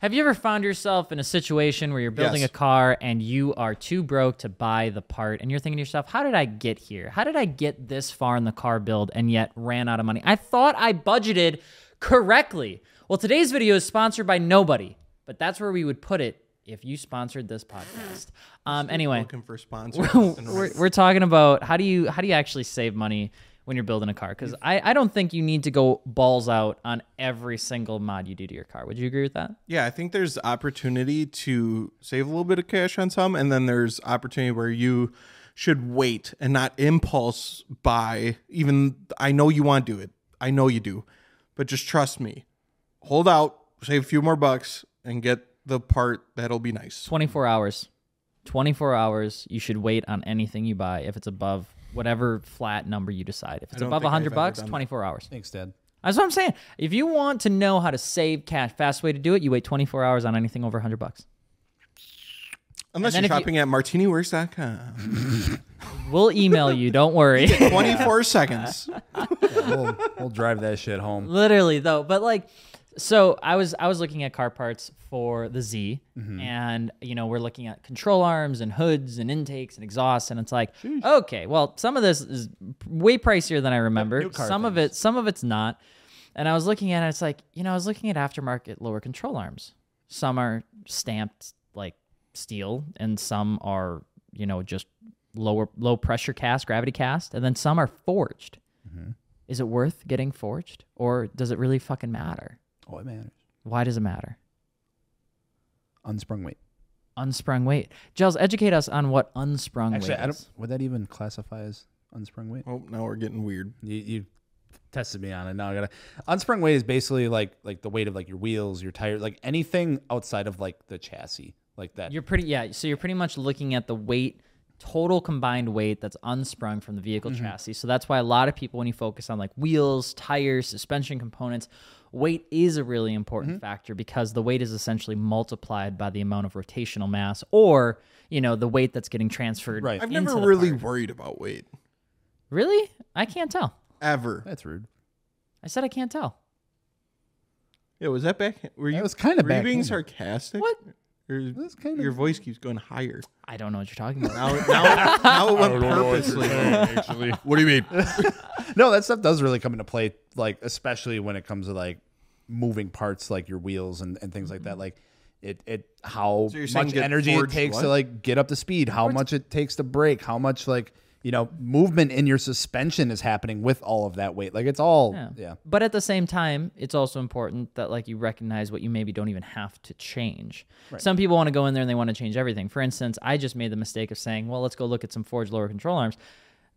S2: Have you ever found yourself in a situation where you're building
S1: Yes.
S2: a car and you are too broke to buy the part and you're thinking to yourself, how did I get here? How did I get this far in the car build and yet ran out of money? I thought I budgeted correctly. Well, today's video is sponsored by nobody, but that's where we would put it if you sponsored this podcast. Um, anyway,
S1: Looking for sponsors. left and
S2: we're,
S1: right.
S2: we're talking about how do you how do you actually save money when you're building a car because I, I don't think you need to go balls out on every single mod you do to your car would you agree with that
S1: Yeah, I think there's opportunity to save a little bit of cash on some, and then there's opportunity where you should wait and not impulse buy. Even I know you want to do it, I know you do, but just trust me. Hold out, save a few more bucks, and get the part that'll be nice.
S2: 24 hours 24 hours you should wait on anything you buy if it's above whatever flat number you decide if it's
S1: don't
S2: above
S1: think I've
S2: 100
S1: ever
S2: bucks
S1: done that.
S2: 24 hours
S3: Thanks, Dad.
S2: that's what i'm saying if you want to know how to save cash fast way to do it you wait 24 hours on anything over 100 bucks
S1: Unless
S2: And
S1: you're
S2: then if you-
S1: shopping at martiniworks.com.
S2: we'll email you don't worry
S1: 24 seconds.
S3: we'll, we'll drive that shit home.
S2: literally though but like so i was i was looking at car parts for the z
S3: Mm-hmm.
S2: and you know we're looking at control arms and hoods and intakes and exhausts and it's like okay well some of this is way pricier than i remember
S3: car
S2: some of it some of it's not and i was looking at it it's like you know i was looking at aftermarket lower control arms some are stamped like steel and some are you know just lower low pressure cast gravity cast and then some are forged is it worth getting forged or does it really fucking matter?
S3: Oh, it matters.
S2: Why does it matter?
S3: Unsprung weight.
S2: Unsprung weight. Gels, educate us on what unsprung
S3: Actually,
S2: weight
S3: I don't.
S2: is.
S3: Would that even classify as unsprung weight?
S1: Oh, now we're getting weird.
S3: You, you tested me on it. Now I gotta. Unsprung weight is basically like like the weight of like your wheels, your tires, like anything outside of like the chassis, like that.
S2: You're pretty yeah, so you're pretty much looking at the weight total combined weight that's unsprung from the vehicle
S3: Mm-hmm.
S2: chassis. So that's why a lot of people when you focus on like wheels, tires, suspension components, weight is a really
S3: Mm-hmm.
S2: important factor because the weight is essentially multiplied by the amount of rotational mass or, you know, the weight that's getting transferred.
S3: Right.
S1: I've
S2: into
S1: never
S2: the
S1: really
S2: part.
S1: worried about weight,
S2: Really? I can't tell.
S1: ever.
S3: That's rude.
S2: I said I can't tell.
S1: Yeah, was that back? Were you,
S3: That was kinda
S1: were you being
S3: backhanded.
S1: sarcastic?
S2: What?
S1: Or-
S3: was kinda-
S1: your voice keeps going higher.
S2: I don't know what you're talking about.
S1: Now, now, now it went purposely.
S5: actually.
S1: What do you mean?
S3: No, that stuff does really come into play, like especially when it comes to like moving parts, like your wheels and, and things like that. Like it, it how
S1: So you're saying
S3: much
S1: get
S3: energy it
S1: forged
S3: takes
S1: what?
S3: to like get up to speed, how much it takes to brake, how much like you know movement in your suspension is happening with all of that weight. Like it's all yeah.
S2: But at the same time, it's also important that like you recognize what you maybe don't even have to change. Some people want to go in there and they want to change everything. For instance, I just made the mistake of saying, "Well, let's go look at some forged lower control arms."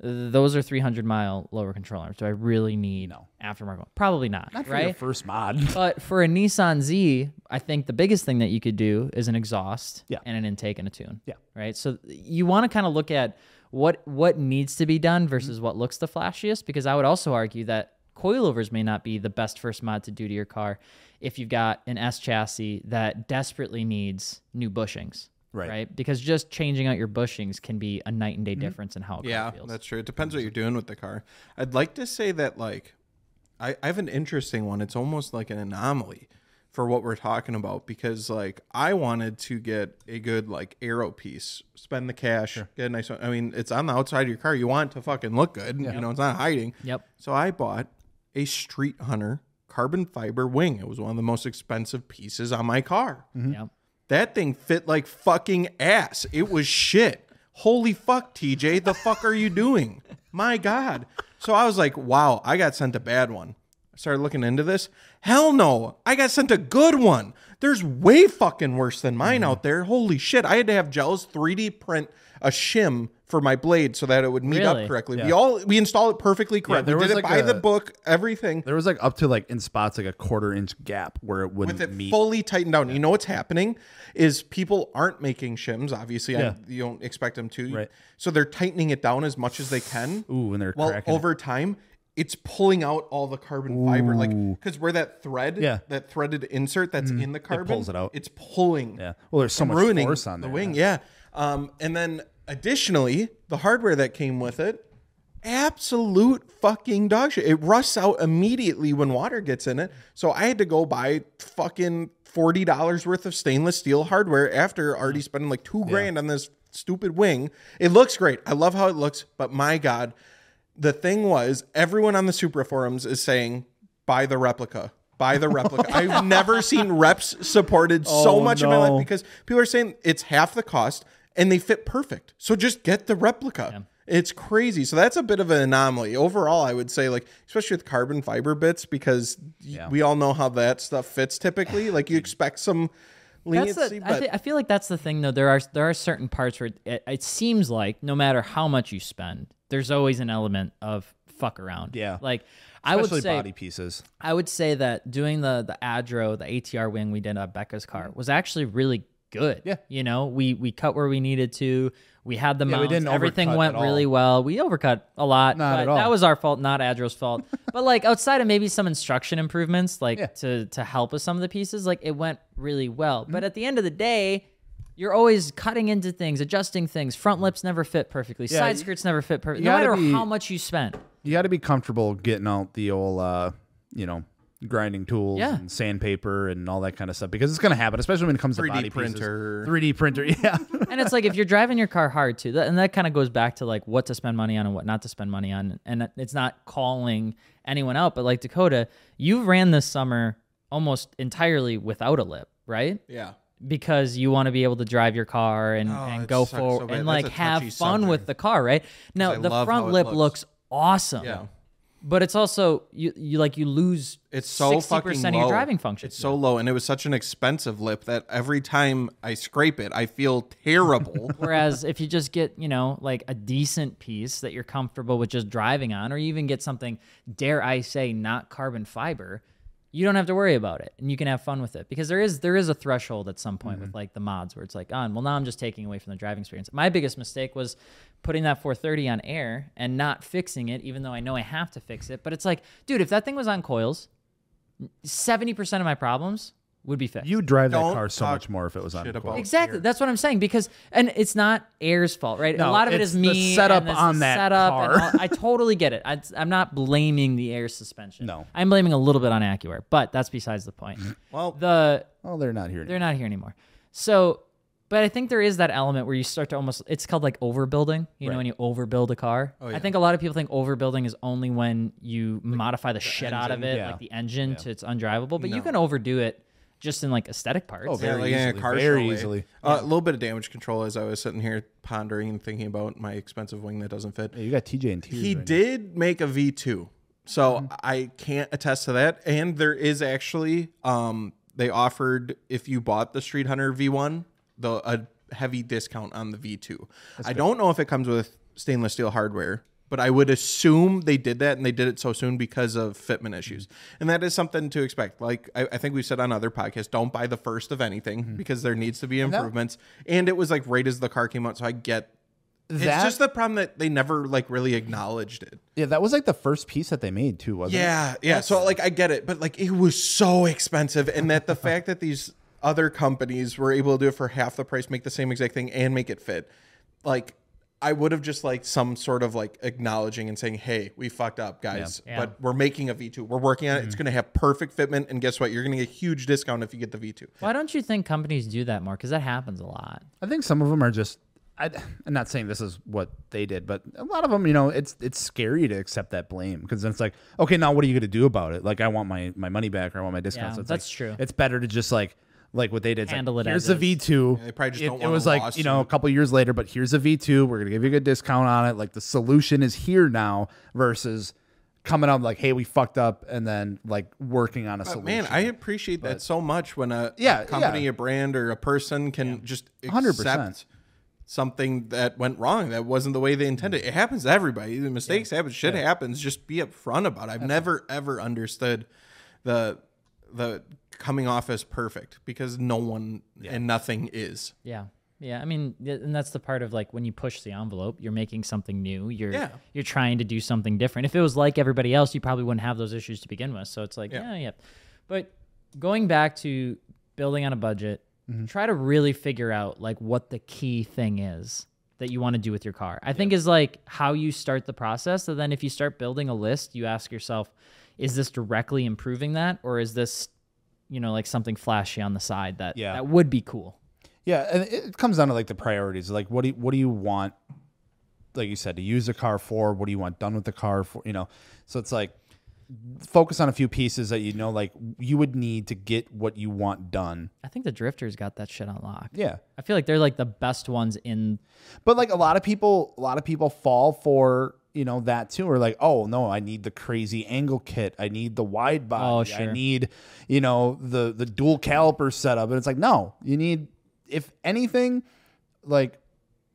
S2: Uh, Those are 300 mile lower control arms. Do I really need aftermarket? one? Probably not.
S3: Not for your
S2: right?
S3: first mod.
S2: But for a Nissan Z, I think the biggest thing that you could do is an exhaust
S3: Yeah.
S2: and an intake and a tune.
S3: Yeah.
S2: Right. So you want to kind of
S3: Mm-hmm.
S2: look at what what needs to be done versus what looks the flashiest, because I would also argue that coilovers may not be the best first mod to do to your car if you've got an S chassis that desperately needs new bushings.
S3: Right. Mm-hmm.
S2: Because just changing out your bushings can be a night and day difference in how a car
S1: Yeah,
S2: feels.
S1: that's true. It depends what you're doing with the car. I'd like to say that like I, I have an interesting one. It's almost like an anomaly for what we're talking about because like I wanted to get a good like arrow piece, spend the cash, get a nice one. I mean, it's on the outside of your car. You want it to fucking look good. You know, it's not hiding.
S2: Yep.
S1: So I bought a Street Hunter carbon fiber wing. It was one of the most expensive pieces on my car.
S3: Mm-hmm.
S2: Yep.
S1: That thing fit like fucking ass. It was shit. Holy fuck, TJ, the fuck are you doing? My God. So I was like, wow, I got sent a bad one. I started looking into this. Hell no, I got sent a good one. There's way fucking worse than mine
S3: Mm.
S1: out there. Holy shit. I had to have Gels 3D print a shim for my blade so that it would meet
S2: Really?
S1: up correctly. We all we installed it perfectly correct.
S3: there
S1: we did
S3: was
S1: it
S3: like
S1: by
S3: a-
S1: the book, everything
S3: There was like up to like in spots like a quarter inch gap where it wouldn't
S1: with it
S3: meet.
S1: fully tightened down. You know what's happening is people aren't making shims. Obviously, I-
S3: Yeah.
S1: you don't expect them to.
S3: Right.
S1: So they're tightening it down as much as they can.
S3: Ooh, and they're
S1: well
S3: cracking it.
S1: over time. It's pulling out all the carbon fiber, like because where that thread,
S3: Yeah.
S1: that threaded insert that's in the carbon,
S3: pulls it out.
S1: It's pulling,
S3: Yeah. Well, there's so much
S1: ruining
S3: force on
S1: the
S3: there.
S1: wing, yeah. Um, and then additionally, the hardware that came with it, absolute fucking dog shit. It rusts out immediately when water gets in it. So I had to go buy fucking forty dollars worth of stainless steel hardware
S3: Mm.
S1: after already spending like two grand on this stupid wing. It looks great. I love how it looks, but my god, the thing was everyone on the Supra forums is saying buy the replica. Buy the replica. I've never seen reps supported so
S3: Oh,
S1: much in my
S3: no.
S1: life because people are saying it's half the cost and they fit perfect. So just get the replica. It's crazy. So that's a bit of an anomaly. Overall, I would say, like, especially with carbon fiber bits, because y- we all know how that stuff fits typically. Like, you expect some
S2: That's
S1: leniency,
S2: the, I,
S1: but
S2: thi- I feel like that's the thing though. There are there are certain parts where it, it seems like no matter how much you spend, there's always an element of fuck around.
S3: Yeah.
S2: Like I would
S3: Especially
S2: say
S3: body pieces.
S2: I would say that doing the the Adro, the ATR wing we did on Becca's car was actually really good.
S3: Mm-hmm. Yeah.
S2: You know, we we cut where we needed to. We had the
S3: Yeah, we
S2: mounts.
S3: didn't
S2: Everything
S3: overcut
S2: went
S3: at all.
S2: really well. We overcut a lot.
S3: Not
S2: but
S3: at all.
S2: That was our fault, not Adro's fault. but like outside of maybe some instruction improvements, like
S3: Yeah.
S2: to to help with some of the pieces, like it went really well.
S3: Mm-hmm.
S2: But at the end of the day. You're always cutting into things, adjusting things. Front lips never fit perfectly. Side
S3: you-
S2: skirts never fit perfectly.
S3: Mm-hmm. you
S2: No
S3: gotta
S2: matter
S3: be-
S2: how much you spent.
S3: You got to be comfortable getting out the old, uh, you know, grinding tools
S2: Yeah.
S3: and sandpaper and all that kind of stuff because it's going to happen, especially when it comes to
S1: 3D
S3: body
S1: printer.
S3: pieces. 3D printer. Yeah.
S2: and it's like if you're driving your car hard too, that, and that kind of goes back to like what to spend money on and what not to spend money on. And it's not calling anyone out, but like Dakota, you ran this summer almost entirely without a lip, right?
S1: yeah.
S2: Because you want to be able to drive your car and, and
S1: Oh, it
S2: go
S1: sucks so
S2: forward
S1: bad.
S2: and
S1: That's
S2: like
S1: a
S2: have
S1: touchy
S2: fun
S1: subject.
S2: with the car, right? Now
S1: I
S2: the
S1: love
S2: front
S1: how it
S2: lip
S1: looks.
S2: looks. awesome.
S1: Yeah.
S2: But it's also you, you like you lose
S1: It's so fucking
S2: 60%
S1: low.
S2: of your driving function.
S1: It's so low, and it was such an expensive lip that every time I scrape it, I feel terrible.
S2: Whereas if you just get, you know, like a decent piece that you're comfortable with just driving on, or you even get something, dare I say, not carbon fiber, you don't have to worry about it, and you can have fun with it because there is there is a threshold at some point with like the mods where it's like, on well now I'm just taking away from the driving experience. My biggest mistake was putting that 430 on air and not fixing it, even though I know I have to fix it. But it's like, dude, if that thing was on coils, seventy percent of my problems would be fixed.
S3: you drive that
S1: Don't
S3: car so
S1: talk
S3: much more if it was on.
S1: shit
S3: a
S1: about
S3: quad.
S2: Exactly. That's what I'm saying because, and it's not Air's fault, right? a
S3: No,
S2: lot of it
S3: it's
S2: is
S3: the
S2: me.
S3: setup
S2: and it's
S3: on
S2: the
S3: that
S2: setup and
S3: car.
S2: all- I totally get it. I, I'm not blaming the Air suspension.
S3: No. Mm-hmm.
S2: I'm blaming a little bit on AccuAir, but that's besides the point.
S1: Well-
S2: the
S3: Oh, they're not here.
S2: they're
S3: Anymore.
S2: not here anymore. So, but I think there is that element where you start to almost, it's called like overbuilding, you know, when you overbuild a car. I think a lot of people think overbuilding is only when you modify the, shit out of it,
S3: yeah.
S2: like the engine to it's undrivable, but you can overdo it just in like aesthetic parts.
S3: Oh, very
S1: yeah, like in
S3: easily.
S1: a car
S3: very
S1: show way.
S3: easily.
S1: Uh, A little bit of damage control as I was sitting here pondering and thinking about my expensive wing that doesn't fit.
S3: Yeah, you got TJ and tears.
S1: He
S3: right now.
S1: did make a V2, so I can't attest to that. And there is actually, um, they offered if you bought the Street Hunter V1, the a heavy discount on the V2. I don't know if it comes with stainless steel hardware. But I would assume they did that and they did it so soon because of
S3: Mm-hmm.
S1: fitment issues. And that is something to expect. Like I, I think we said on other podcasts, don't buy the
S3: Mm-hmm.
S1: first of anything because there needs to be improvements. and it was like right as the car came out. So I get It's
S3: That-
S1: just the problem that they never like really acknowledged it.
S3: Yeah, that was like the first piece that they made too, wasn't it?
S1: Yeah, yeah. So like I get it, but like it was so expensive, and that the fact that these other companies were able to do it for half the price, make the same exact thing, and make it fit, like I would have just like some sort of like acknowledging and saying, "Hey, we fucked up, guys,
S2: Yeah.
S1: but we're making a V two. We're working on it. It's going to have perfect fitment, and guess what? You're going to get a huge discount if you get the V two.
S2: Why don't you think companies do that more? Because that happens a lot.
S3: I think some of them are just. I, I'm not saying this is what they did, but a lot of them, you know, it's it's scary to accept that blame because then it's like, okay, now what are you going to do about it? Like, I want my my money back or I want my discount.
S2: Yeah,
S3: so it's
S2: that's
S3: like,
S2: true.
S3: It's better to just like like what they did. It's like,
S2: Handle it
S3: Here's
S2: as
S3: the
S2: is.
S3: V two.
S1: they probably just
S3: it,
S1: don't
S3: it
S1: want
S3: was
S1: a
S3: like you know a
S1: lawsuit.
S3: couple years later, but here's a V two. We're going to give you a good discount on it. Like the solution is here now versus coming up like, hey, we fucked up, and then like working on a solution.
S1: Man, I appreciate that so much when a, a
S3: Yeah,
S1: company,
S3: yeah.
S1: a brand, or a person can just
S3: 100%.
S1: accept something that went wrong that wasn't the way they intended. It happens to everybody. The mistakes happen. Shit happens. Just be upfront about it. I've never ever understood the the coming off as perfect because no one and nothing is.
S2: Yeah. Yeah, I mean, th- and that's the part of like when you push the envelope, you're making something new. You're
S1: Yeah.
S2: you're trying to do something different. If it was like everybody else, you probably wouldn't have those issues to begin with. So it's like, yeah, yeah. But going back to building on a budget, try to really figure out like what the key thing is that you want to do with your car. I think is like how you start the process. And then if you start building a list, you ask yourself, is this directly improving that, or is this, you know, like something flashy on the side that
S3: Yeah.
S2: that would be cool.
S3: Yeah, and it it comes down to like the priorities. Like, what do you, what do you want? Like you said, to use the car for what do you want done with the car for? You know, so it's like focus on a few pieces that you know, like you would need to get what you want done.
S2: I think the Drifters got that shit unlocked.
S3: Yeah,
S2: I feel like they're like the best ones in.
S3: but like a lot of people, a lot of people fall for you know that too. Or like, oh no, I need the crazy angle kit. I need the wide body.
S2: Oh,
S3: I
S2: sure.
S3: need you know the the dual caliper setup. And it's like, no, you need if anything, like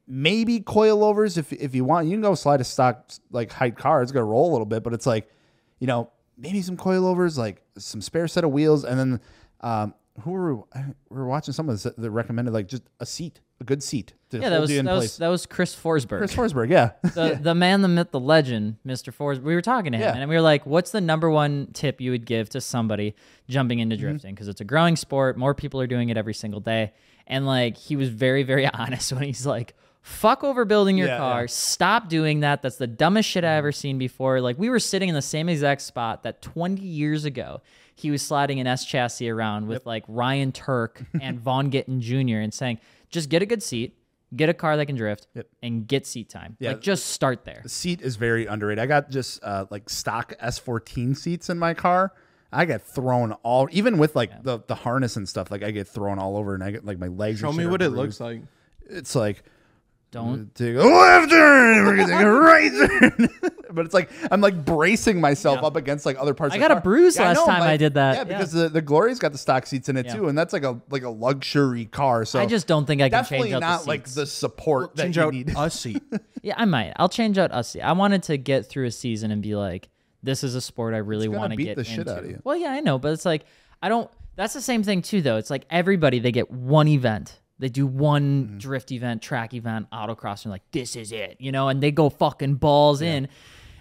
S3: maybe coilovers if if you want. You can go slide a stock like height car. It's gonna roll a little bit, but it's like, you know, maybe some coilovers, like some spare set of wheels, and then um, who were we, we were watching someone that that recommended like just a seat, a good seat. To
S2: Yeah, that
S3: hold
S2: was
S3: you
S2: that
S3: in
S2: was
S3: place.
S2: that was Chris Forsberg,
S3: Chris Forsberg, yeah.
S2: the, the man, the myth, the legend, Mr. Forsberg. We were talking to him,
S3: Yeah.
S2: and we were like, "What's the number one tip you would give to somebody jumping into
S3: Mm-hmm.
S2: drifting? Because it's a growing sport. More people are doing it every single day." And like, he was very, very honest when he's like. Fuck overbuilding your
S3: Yeah,
S2: car.
S3: yeah.
S2: Stop doing that. That's the dumbest shit I ever seen before. Like we were sitting in the same exact spot that 20 years ago he was sliding an S chassis around with like Ryan Turk and Von Gittin Jr. and saying, just get a good seat, get a car that can drift, and get seat time. Like just start there.
S3: seat is very underrated. I got just uh, like stock S14 seats in my car. I get thrown all, even with like the, the harness and stuff. Like I get thrown all over, and I get like my legs.
S1: Show me what it looks like.
S3: It's like
S2: Don't
S3: take a left turn. We're gonna take a right turn. but it's like I'm like bracing myself up against like other parts.
S2: I
S3: of
S2: got
S3: the
S2: a
S3: car.
S2: bruise last
S3: know,
S2: time
S3: my-
S2: I did that.
S3: Yeah,
S2: Yeah.
S3: because the the Glory's got the stock seats in it too, and that's like a like a luxury car. So
S2: I just don't think I can
S3: definitely
S2: change out
S3: not
S2: the
S3: like
S2: seats.
S3: the support that
S1: Change
S3: you
S1: out
S3: need.
S1: a seat.
S2: Yeah, I might. I'll change out us. I wanted to get through a season and be like, this is a sport I really
S3: gonna
S2: want to
S3: beat
S2: get
S3: the shit
S2: into.
S3: out of you.
S2: Well, yeah, I know, but it's like I don't. That's the same thing too, though. It's like everybody they get one event. They do one drift event, track event, autocross, and they're like this is it, you know, and they go fucking balls in,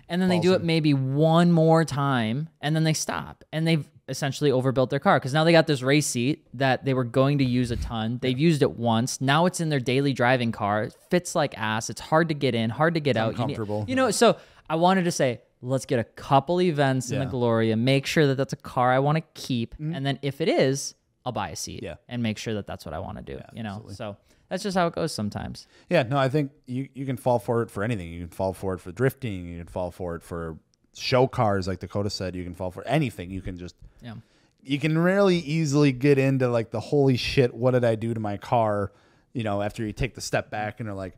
S2: and then they do it maybe one more time, and then they stop, and they've essentially overbuilt their car because now they got this race seat that they were going to use a ton. They've used it once. Now it's in their daily driving car. It fits like ass. It's hard to get in, hard to get out. You need-
S3: uncomfortable.
S2: you know, so I wanted to say, let's get a couple events in the
S3: Yeah. Mm-hmm.
S2: Gloria, make sure that that's a car I want to keep, and then if it is, I'll buy a seat
S3: Yeah.
S2: and make sure that that's what I want to do. you know, so that's just how it goes sometimes.
S3: Yeah, no, I think you, you can fall for it for anything. You can fall for it for drifting. You can fall for it for show cars, like Dakota said. You can fall for anything. You can just
S2: Yeah.
S3: you can really easily get into like the holy shit, what did I do to my car? You know, after you take the step back and are like,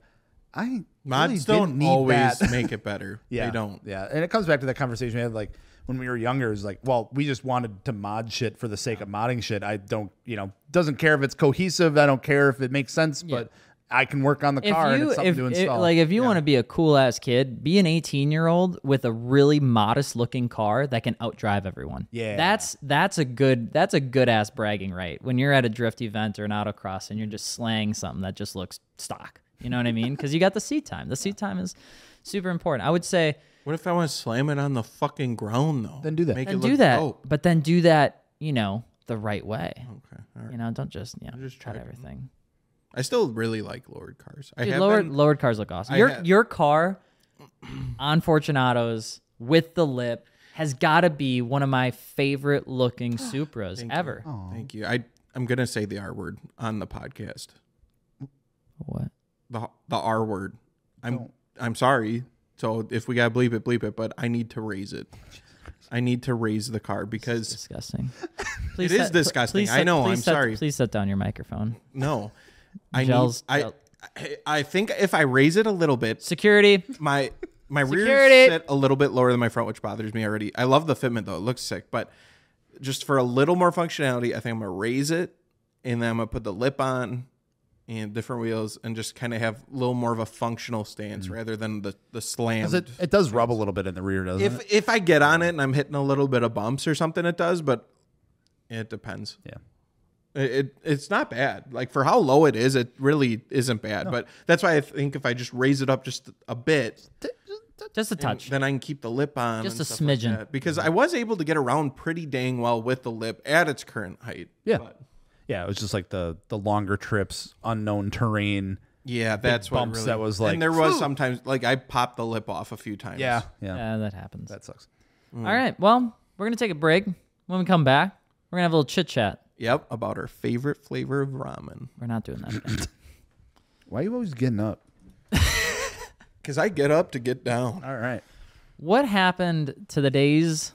S3: I really
S1: Mods
S3: didn't
S1: don't
S3: need
S1: always
S3: that.
S1: make it better.
S3: yeah,
S1: They don't.
S3: Yeah, and it comes back to that conversation we had like when we were younger. It was like, well, we just wanted to mod shit for the sake of modding shit. I don't, you know, doesn't care if it's cohesive. I don't care if it makes sense, but. I can work on the
S2: If
S3: car and
S2: you,
S3: it's something
S2: if,
S3: to
S2: if-
S3: install.
S2: like, if you want to be a cool ass kid, be an 18 year old with a really modest looking car that can outdrive everyone.
S3: Yeah.
S2: That's, that's a good, that's a good ass bragging right. When you're at a drift event or an autocross and you're just slaying something that just looks stock. You know what I mean? Because you got the seat time. The seat time is super important. I would say
S1: What if I want to slam it on the fucking ground though?
S3: Then do that.
S1: Make
S2: then
S1: it
S2: do
S1: look
S2: that,
S1: dope.
S2: but then do that, you know, the right way.
S1: Okay. All right.
S2: You know, don't just you know
S1: just
S2: cut
S1: checking.
S2: everything.
S1: I still really like lowered cars. I
S2: Dude,
S1: have
S2: lowered
S1: been-
S2: lowered cars look awesome.
S1: I
S2: your
S1: have-
S2: your car on Fortunatos with the lip has got to be one of my favorite looking Supras ever.
S1: Thank Oh. you. I I'm gonna say the R word on the podcast.
S2: What?
S1: The the R word. I'm I'm sorry. So if we gotta bleep it, bleep it. But I need to raise it. I need to raise the car because
S2: Disgusting. Please
S1: It is
S2: set- pl-
S1: disgusting.
S2: please
S1: I
S2: set-
S1: know,
S2: please
S1: I'm
S2: set-
S1: sorry.
S2: Please set down your microphone.
S1: no, I
S2: Gels-
S1: need, I,
S2: gel-
S1: I I think if I raise it a little bit,
S2: Security.
S1: my my rear
S2: Security.
S1: is set a little bit lower than my front, which bothers me already. I love the fitment though; it looks sick. But just for a little more functionality, I think I'm gonna raise it, and then I'm gonna put the lip on and different wheels, and just kind of have a little more of a functional stance rather than the the slam.
S3: 'Cause It, it Mm. does rub a little bit in the rear, doesn't it?
S1: If if I get on it and I'm hitting a little bit of bumps or something, it does. But it depends.
S3: Yeah.
S1: It, it it's not bad. Like for how low it is, it really isn't bad. But that's why I think if I just raise it up just a bit,
S2: Just a touch.
S1: then I can keep the lip on.
S2: Just
S1: and
S2: a
S1: stuff like
S2: smidgen. Mm-hmm.
S1: that. because I was able to get around pretty dang well with the lip at its current height.
S3: Yeah.
S1: But
S3: Yeah, it was just like the the longer trips, unknown terrain.
S1: yeah, that's what
S3: bumps
S1: really,
S3: that was like,
S1: And there was
S3: phew.
S1: sometimes like I popped the lip off a few times.
S3: Yeah.
S2: Yeah, that happens.
S3: That sucks.
S2: All right. Well, we're gonna take a break. When we come back, we're gonna have a little chit chat.
S1: Yep. About our favorite flavor of ramen.
S2: We're not doing that.
S3: Why are you always getting up?
S1: Because I get up to get down.
S3: All right.
S2: what happened to the days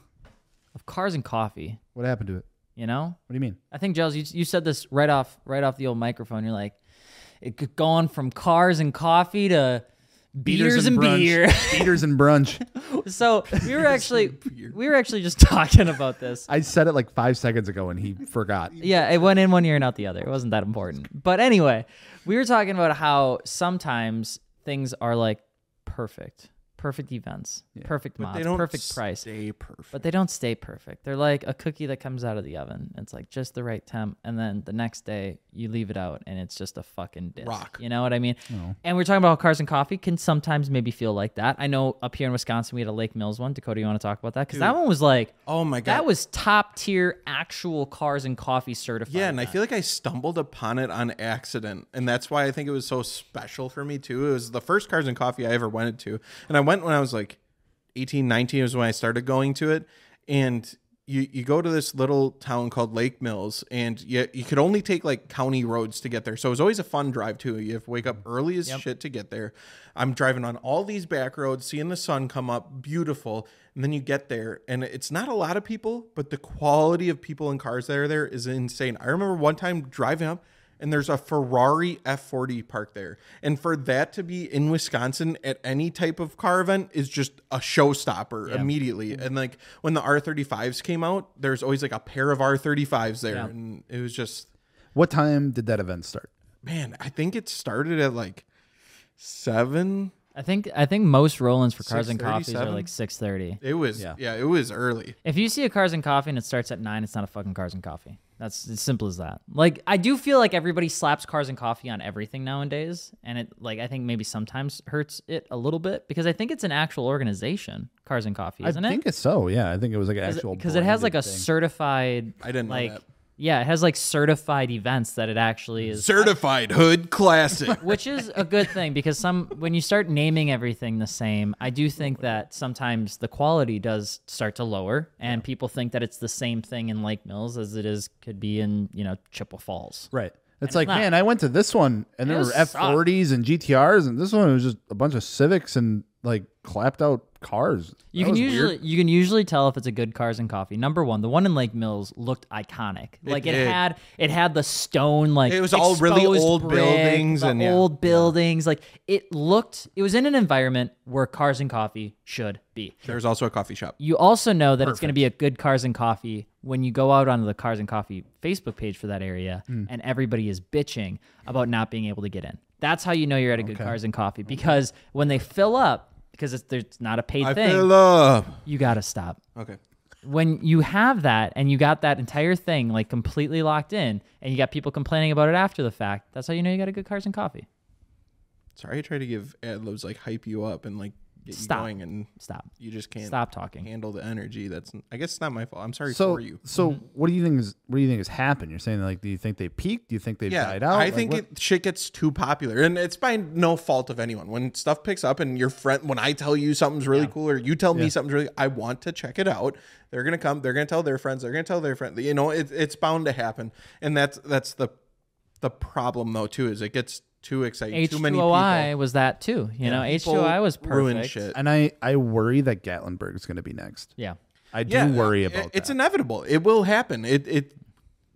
S2: of cars and coffee?
S3: What happened to it?
S2: You know,
S3: What do you mean?
S2: I think Giles, you, you said this right off right off the old microphone. You're like, it could going from cars and coffee to beers and,
S3: brunch.
S2: beer.
S3: Beaters and brunch.
S2: so we were actually we were actually just talking about this.
S3: I said it like five seconds ago and he forgot.
S2: Yeah, it went in one ear and out the other. It wasn't that important. But anyway, we were talking about how sometimes things are like perfect, perfect events, perfect mods,
S1: They don't
S2: perfect price.
S1: Stay perfect.
S2: but they don't stay perfect. They're like a cookie that comes out of the oven. It's like just the right temp, and then the next day you leave it out, and it's just a fucking disc.
S1: Rock.
S2: You know what I mean? And we're talking about how cars and coffee can sometimes maybe feel like that. I know up here in Wisconsin we had a Lake Mills one. Dakota, you want to talk about that? Because that one was like,
S1: oh my god.
S2: that was top tier, actual cars and coffee certified.
S1: Yeah, and I feel like I stumbled upon it on accident, and that's why I think it was so special for me too. It was the first Cars and Coffee I ever went to, and I went when I was like 18, 19 was when I started going to it, and you you go to this little town called Lake Mills, and you you could only take like county roads to get there, so it was always a fun drive too. You have to wake up early as shit to get there. I'm driving on all these back roads, seeing the sun come up, beautiful. And then you get there, and it's not a lot of people, but the quality of people and cars that are there is insane. I remember one time driving up, and there's a Ferrari F40 parked there. And for that to be in Wisconsin at any type of car event is just a showstopper immediately. And like when the R35s came out, there's always like a pair of R35s there. And it was just,
S3: What time did that event start?
S1: man, I think it started at like seven.
S2: I think I think most Rollins for cars and
S1: 6:30,
S2: coffees are
S1: 7?
S2: like six thirty.
S1: It was,
S3: Yeah.
S1: yeah, it was early.
S2: If you see a Cars and Coffee and it starts at nine, it's not a fucking Cars and Coffee. That's as simple as that. Like I do feel like everybody slaps Cars and Coffee on everything nowadays, and it like I think maybe sometimes hurts it a little bit because I think it's an actual organization, Cars and Coffee, isn't
S3: I
S2: it?
S3: think it's so. Yeah, I think it was like an actual
S2: because it has like a
S3: branded thing.
S2: certified.
S1: I didn't know
S2: like.
S1: that.
S2: Yeah, it has like certified events that it actually is
S1: Certified Hood Classic.
S2: which is a good thing because some when you start naming everything the same i do think that sometimes the quality does start to lower and people think that it's the same thing in lake mills as it is could be in you know chippewa falls
S3: right. It's like,
S2: not-
S3: man, I went to this one and there
S2: It
S3: were F
S2: sucked.
S3: forties and GTRs, and this one was just a bunch of Civics and like clapped out cars.
S2: you
S3: That
S2: can
S3: was
S2: usually
S3: weird.
S2: you can usually tell if it's a good cars and coffee number one the one in lake mills looked iconic like it,
S1: did.
S2: had it had the stone like
S1: It was all really
S2: exposed
S1: old
S2: brick,
S1: buildings
S2: the
S1: and, yeah.
S2: old buildings like it looked it was in an environment where cars and coffee should be
S1: There's also a coffee shop.
S2: you also know that it's going to be a good cars and coffee when you go out onto the cars and coffee facebook page for that area
S1: Mm.
S2: and everybody is bitching about not being able to get in that's how you know you're at a good cars and coffee because when they fill up because it's, there's not a paid
S1: I
S2: thing
S1: feel up.
S2: you gotta stop
S1: Okay.
S2: when you have that and you got that entire thing like completely locked in and you got people complaining about it after the fact that's how you know you got a good cars and coffee
S1: Sorry, I try to give ad libs like hype you up and like get
S2: Stop.
S1: you going, and
S2: Stop.
S1: you just can't
S2: Stop talking.
S1: handle the energy. That's I guess it's not my fault. I'm sorry
S3: So,
S1: for you.
S3: so
S2: Mm-hmm.
S3: what do you think is what do you think has happened? You're saying like, do you think they peaked? Do you think they
S1: Yeah,
S3: died out?
S1: I
S3: Like,
S1: think
S3: what-
S1: it, shit gets too popular, and it's by no fault of anyone. When stuff picks up, and your friend, when I tell you something's really cool, or you tell me something's really, I want to check it out. They're gonna come. They're gonna tell their friends. They're gonna tell their friends. You know, it, it's bound to happen, and that's that's the the problem though too is it gets too exciting. too many people.
S2: H2OI was that too. You know,
S1: people
S2: H2OI was perfect.
S1: ruin shit.
S3: and I I worry that Gatlinburg is going to be next.
S2: Yeah.
S3: I do
S1: Yeah,
S3: worry
S1: it-
S3: about
S1: it's
S3: that.
S1: inevitable. It will happen. It it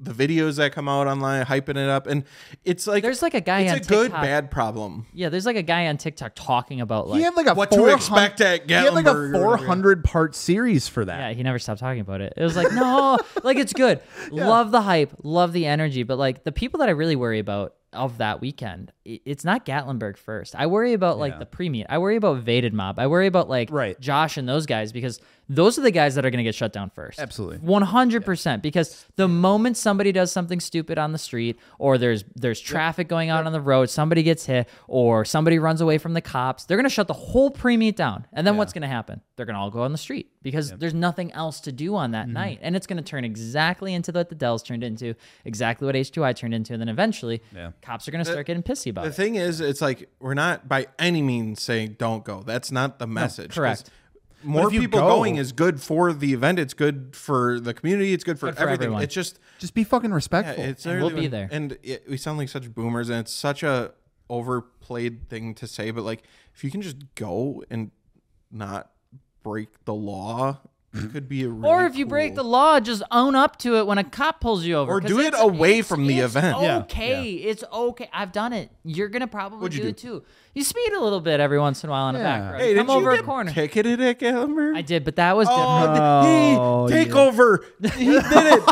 S1: the videos that come out online hyping it up, and it's like
S2: There's like a guy
S1: It's
S2: on
S1: a good
S2: TikTok.
S1: bad problem.
S2: Yeah, there's like a guy on TikTok talking about like
S3: he had like a
S1: What to
S3: 400
S1: expect at
S3: He had like
S1: Gatlinburg or
S3: a
S1: whatever.
S3: 400 part series for that.
S2: Yeah, he never stopped talking about it. It was like, no, like it's good. Love the hype, love the energy, but like the people that I really worry about of that weekend, i- it's not Gatlinburg first. I worry about like the pre-meet. I worry about Vaded Mob. I worry about like
S3: Right.
S2: Josh and those guys because those are the guys that are going to get shut down first.
S3: Absolutely.
S2: 100% because the moment somebody does something stupid on the street or there's there's traffic going on on the road, somebody gets hit or somebody runs away from the cops, they're going to shut the whole pre-meet down. And then what's going to happen? They're going to all go on the street because there's nothing else to do on that night. And it's going to turn exactly into what the Dells turned into, exactly what H2I turned into, and then eventually
S3: Yeah.
S2: cops are going to start getting pissy about
S1: The
S2: it.
S1: thing is, it's like we're not by any means saying don't go. That's not the message. 'cause
S2: correct.
S1: More
S3: if you
S1: people
S3: go-
S1: going is good for the event. It's good for the community. It's good for,
S2: for
S1: everything.
S2: everyone.
S1: It's just
S3: Just be fucking
S1: yeah,
S3: respectful.
S1: it's
S2: And we'll
S1: literally-
S2: be there.
S1: And it, we sound like such boomers, and it's such a overplayed thing to say. But like, if you can just go and not break the law,
S3: Mm-hmm.
S1: it could be a really
S2: Or if you break
S1: cool-
S2: the law, just own up to it when a cop pulls you over.
S1: Or
S2: 'cause
S1: do it
S2: it's-
S1: away
S2: it's-
S1: from the
S2: it's
S1: event.
S3: Yeah.
S2: Okay, it's okay. I've done it. You're gonna probably
S1: What'd
S2: do,
S1: you
S2: it too. You speed a little bit every once in a while on a
S3: Yeah.
S2: back road.
S1: Hey,
S2: Come
S1: didn't
S2: over
S1: you
S2: a
S1: get
S2: corner.
S1: Ticketed at Gatlinburg.
S2: I did, but that was different.
S1: Oh,
S3: Oh,
S1: he,
S3: yeah.
S1: take over. He did it.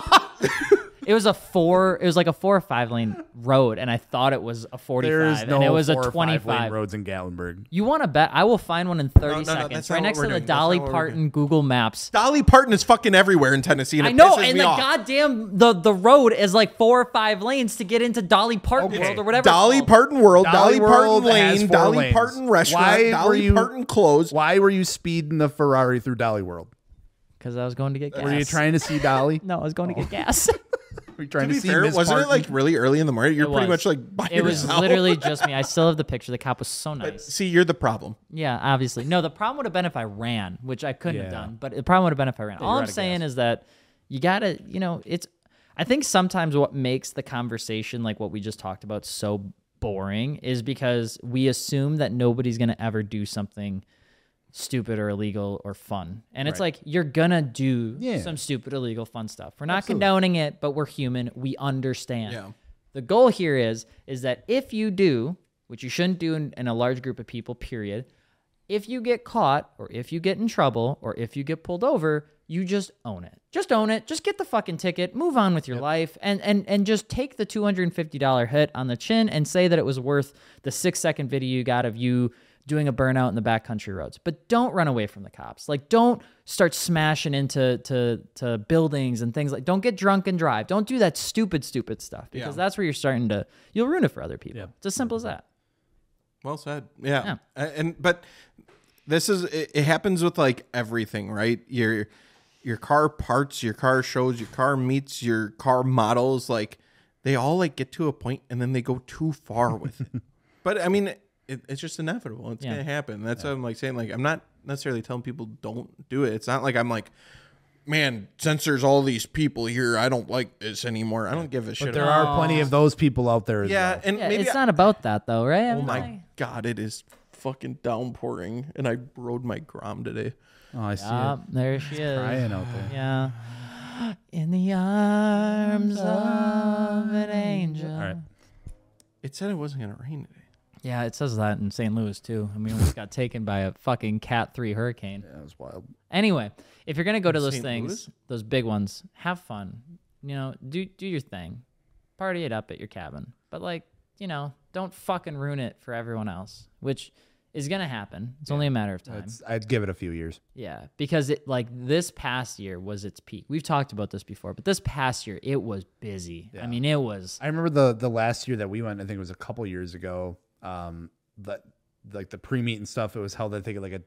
S2: It was a four. It was like a four or five lane road, and I thought it was a
S3: there is
S2: forty-five,
S3: no
S2: and it was a
S3: four or five lane
S2: twenty-five.
S3: roads in Gatlinburg.
S2: You want to bet? I will find one in thirty
S1: no, no,
S2: seconds,
S1: that's
S2: right
S1: not
S2: next
S1: what
S2: to
S1: we're
S2: the
S1: doing. That's
S2: Dolly
S1: not what we're
S2: Parton Google Maps.
S1: Dolly Parton is fucking everywhere in Tennessee. And
S2: I
S1: it
S2: know,
S1: pisses
S2: and
S1: me
S2: the
S1: off.
S2: goddamn the the road is like four or five lanes to get into Dolly Parton
S3: Okay.
S2: World or whatever. it's
S1: Dolly
S2: called.
S1: Parton World, Dolly,
S3: World
S1: Parton
S3: has
S1: Lane,
S3: four
S1: Dolly
S3: lanes.
S1: Parton Restaurant,
S3: Why
S1: Dolly
S3: were you-
S1: Parton Clothes.
S3: Why were you speeding the Ferrari through Dolly World?
S2: Because I was going to get gas.
S3: Were you trying Oh. to see Dolly?
S2: No, I was going to get gas.
S3: Were you trying
S1: To
S3: to,
S1: be
S3: see
S1: fair,
S3: Miss
S1: wasn't it
S3: Parton?
S1: like really early in the morning? You're
S2: It
S1: pretty
S2: was.
S1: much like by
S2: it was
S1: yourself.
S2: literally just me. I still have the picture. The cop was so nice.
S1: See, you're the problem.
S2: Yeah, obviously. No, the problem would have been if I ran, which I couldn't have
S3: Yeah.
S2: done. But the problem would have been if I ran. All
S3: you're
S2: I'm
S3: out of
S2: saying is that you gotta, you know, it's. I think sometimes what makes the conversation like what we just talked about so boring is because we assume that nobody's gonna ever do something stupid or illegal or fun. And it's like you're gonna do
S3: Yeah.
S2: some stupid illegal fun stuff. We're not condoning it, but we're human. We understand.
S1: Yeah.
S2: The goal here is is that if you do, which you shouldn't do in, in a large group of people, period, if you get caught or if you get in trouble or if you get pulled over, you just own it. Just own it. Just get the fucking ticket, move on with your life and and and just take the $250 hit on the chin and say that it was worth the 6-second video you got of you doing a burnout in the backcountry roads. But don't run away from the cops. Like don't start smashing into to to buildings and things like don't get drunk and drive. Don't do that stupid stupid stuff because that's where you're starting to you'll ruin it for other people. It's as simple as that.
S1: Well said. Yeah. A- And but this is it, it happens with like everything, right? Your your car parts, your car shows, your car meets, your car models, like they all like get to a point and then they go too far with it. But I mean, it, it's just inevitable. It's gonna happen. That's what I'm like saying. Like I'm not necessarily telling people don't do it. It's not like I'm like, man, censors all these people here. I don't like this anymore. I don't give a shit.
S3: There
S1: about
S3: are plenty of those people out there. As
S1: yeah,
S3: well.
S1: and
S2: Yeah,
S1: maybe
S2: it's
S1: I-
S2: not about that though, right?
S1: Oh my god, it is fucking downpouring, and I rode my Grom today.
S3: Oh, I see.
S2: Ah,
S3: it.
S2: there she is.
S3: Crying out there.
S2: Yeah. In the arms of an angel.
S3: All right.
S1: It said it wasn't gonna rain today.
S2: Yeah, it says that in St. Louis too. I mean, we just got taken by a fucking Cat 3 hurricane.
S3: That was wild.
S2: Anyway, if you're gonna go to those
S1: St.
S2: things,
S1: Louis?
S2: those big ones, have fun. You know, do do your thing, party it up at your cabin. But like, you know, don't fucking ruin it for everyone else, which is gonna happen. It's only a matter of time.
S3: It's, I'd give it a few years.
S2: Yeah, because it like this past year was its peak. We've talked about this before, but this past year it was busy. I mean, it was
S3: I remember the the last year that we went. I think it was a couple years ago. Um, the like the pre meet and stuff. It was held, I think, at like a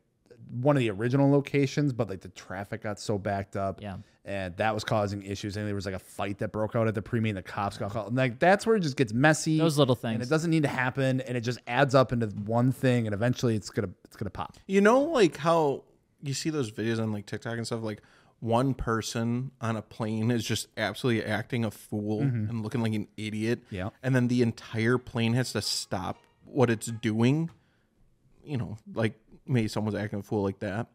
S3: one of the original locations, but like the traffic got so backed up,
S2: Yeah.
S3: and that was causing issues. And there was like a fight that broke out at the pre meet, and the cops got called. And like that's where it just gets messy.
S2: Those little
S3: and it
S2: things.
S3: doesn't need to happen, and it just adds up into one thing, and eventually it's gonna it's gonna pop.
S1: You know, like how you see those videos on like TikTok and stuff, like one person on a plane is just absolutely acting a fool and looking like an idiot.
S3: Mm-hmm. Yeah.
S1: And then the entire plane has to stop what it's doing. You know, like maybe someone's acting a fool like that.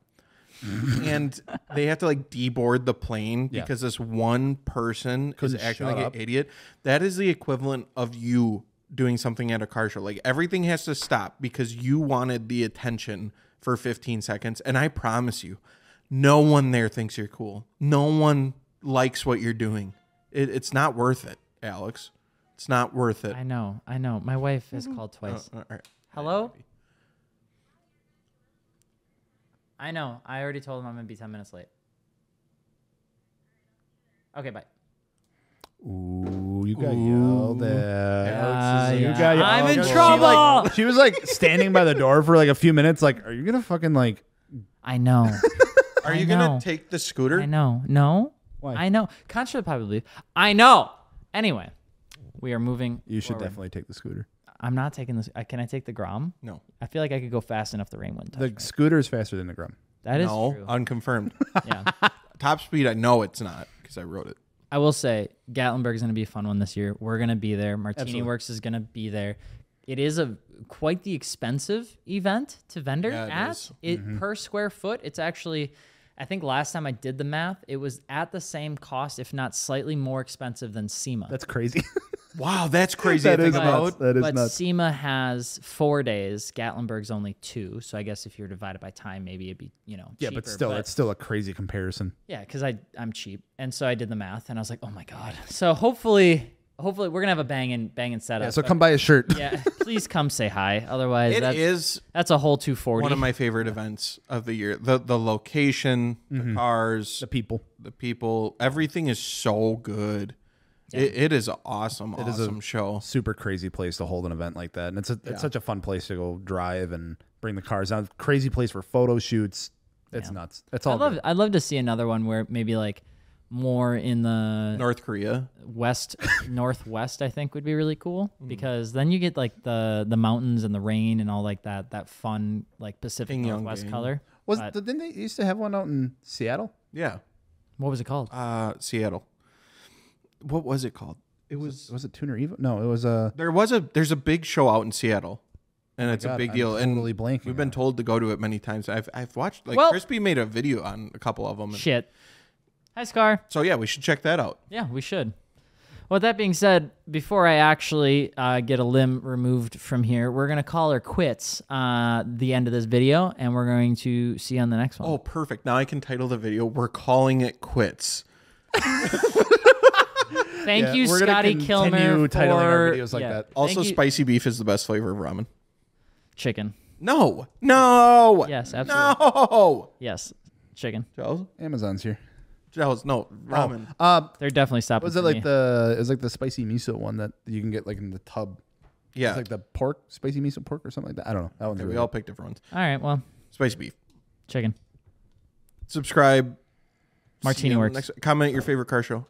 S1: and they have to like deboard the plane
S3: Yeah.
S1: because this one person is acting
S3: shut
S1: like
S3: up.
S1: an idiot. That is the equivalent of you doing something at a car show. Like everything has to stop because you wanted the attention for 15 seconds. And I promise you, no one there thinks you're cool. No one likes what you're doing. It, it's not worth it, Alex. It's not worth it.
S2: I know, I know. My wife has called twice.
S1: All right.
S2: Hello? I know. I already told him I'm going to be 10 minutes late. Okay, bye.
S3: Ooh, you got yelled at.
S2: Alex is
S3: You
S2: Ah, yeah.
S3: got
S2: I'm
S3: yelled
S2: in
S3: at.
S2: trouble.
S3: She, like- she was like standing by the door for like a few minutes. Like, are you gonna fucking like?
S2: I know.
S1: Are
S2: I
S1: you going
S2: know.
S1: to take the scooter?
S2: I know. No?
S3: Why?
S2: I know. Contra probably. I know. Anyway, we are moving.
S3: You should
S2: forward.
S3: definitely take the scooter.
S2: I'm not taking this. I, can I take the Grom?
S1: No.
S2: I feel like I could go fast enough the rain wouldn't touch
S3: The
S2: me.
S3: scooter is faster than the Grum.
S2: That is
S1: no,
S2: true.
S1: unconfirmed.
S2: yeah.
S1: Top speed, I know it's not because I wrote it.
S2: I will say Gatlinburg is going to be a fun one this year. We're going to be there. Martini
S3: Absolutely.
S2: Works is going to be there. It is a quite the expensive event to vendor
S1: Yeah, it
S2: at
S1: is.
S2: it
S3: Mm-hmm.
S2: per square foot. It's actually, I think last time I did the math, it was at the same cost, if not slightly more expensive than SEMA.
S3: That's crazy.
S1: Wow, that's crazy.
S3: that
S1: to
S3: is
S1: think about.
S3: nuts. That is
S2: but
S3: nuts.
S2: SEMA has four days. Gatlinburg's only two, so I guess if you're divided by time, maybe it'd be you know.
S3: Yeah, but
S2: cheaper,
S3: still, it's still a crazy comparison.
S2: Yeah, because I I'm cheap, and so I did the math, and I was like, oh my god. So hopefully, hopefully we're gonna have a banging banging setup.
S3: Yeah, so come buy a shirt.
S2: yeah, please come say hi. Otherwise,
S1: It
S2: that's
S1: is
S2: that's a whole 240.
S1: one of my favorite events of the year. The the location, the cars,
S3: Mm-hmm. The people.
S1: the people, everything is so good. It, it is an awesome, awesome show.
S3: Super crazy place to hold an event like that, and it's a, it's such a fun place to go drive and bring the cars out. Crazy place for photo shoots. It's nuts. It's all.
S2: I'd love
S3: good.
S2: I'd love to see another one where maybe like more in the
S1: North Korea.
S2: west northwest I think would be really cool
S1: Mm-hmm.
S2: because then you get like the the mountains and the rain and all like that that fun like Pacific
S1: Pyongyang.
S2: Northwest color.
S3: Was didn't they used to have one out in Seattle?
S1: Yeah.
S2: What was it called?
S1: Uh, Seattle. What was it called? It was
S3: Was it Tuner Evo? No, it was uh, a.
S1: there was a there's a big show out in Seattle. And it's a
S3: Oh God,
S1: big
S3: I'm
S1: deal.
S3: totally
S1: and
S3: blanking
S1: we've been
S3: now.
S1: told to go to it many times. I've I've watched like
S2: Well-
S1: Crispy made a video on a couple of them. and-
S2: Shit. Hi Scar.
S1: So yeah, we should check that out.
S2: Yeah, we should. Well, that being said, before I actually uh, get a limb removed from here, we're going to call her quits uh, the end of this video, and we're going to see you on the next one.
S1: Oh, perfect. Now I can title the video. We're calling it quits.
S2: Thank
S3: Yeah,
S2: you,
S3: we're gonna
S2: Scotty Kilmer.
S3: continue titling our
S2: for-
S3: videos like that.
S1: Also,
S2: Thank you-
S1: spicy beef is the best flavor of ramen.
S2: Chicken.
S1: No, no.
S2: Yes, absolutely.
S1: No.
S2: Yes, chicken.
S1: Giles,
S3: Amazon's here.
S1: Giles, no ramen.
S3: Uh,
S2: They're definitely stopping.
S3: was it
S2: for
S3: like
S2: me.
S3: the? It was like the spicy miso one that you can get like in the tub.
S1: yeah,
S3: It's like the pork, spicy miso pork or something like that. I don't know. That one's
S1: we
S3: really
S1: all picked different ones.
S2: All right, well,
S1: Spicy beef.
S2: chicken.
S1: Subscribe. See
S2: Martini
S1: you
S2: works.
S1: Next, comment your favorite car show.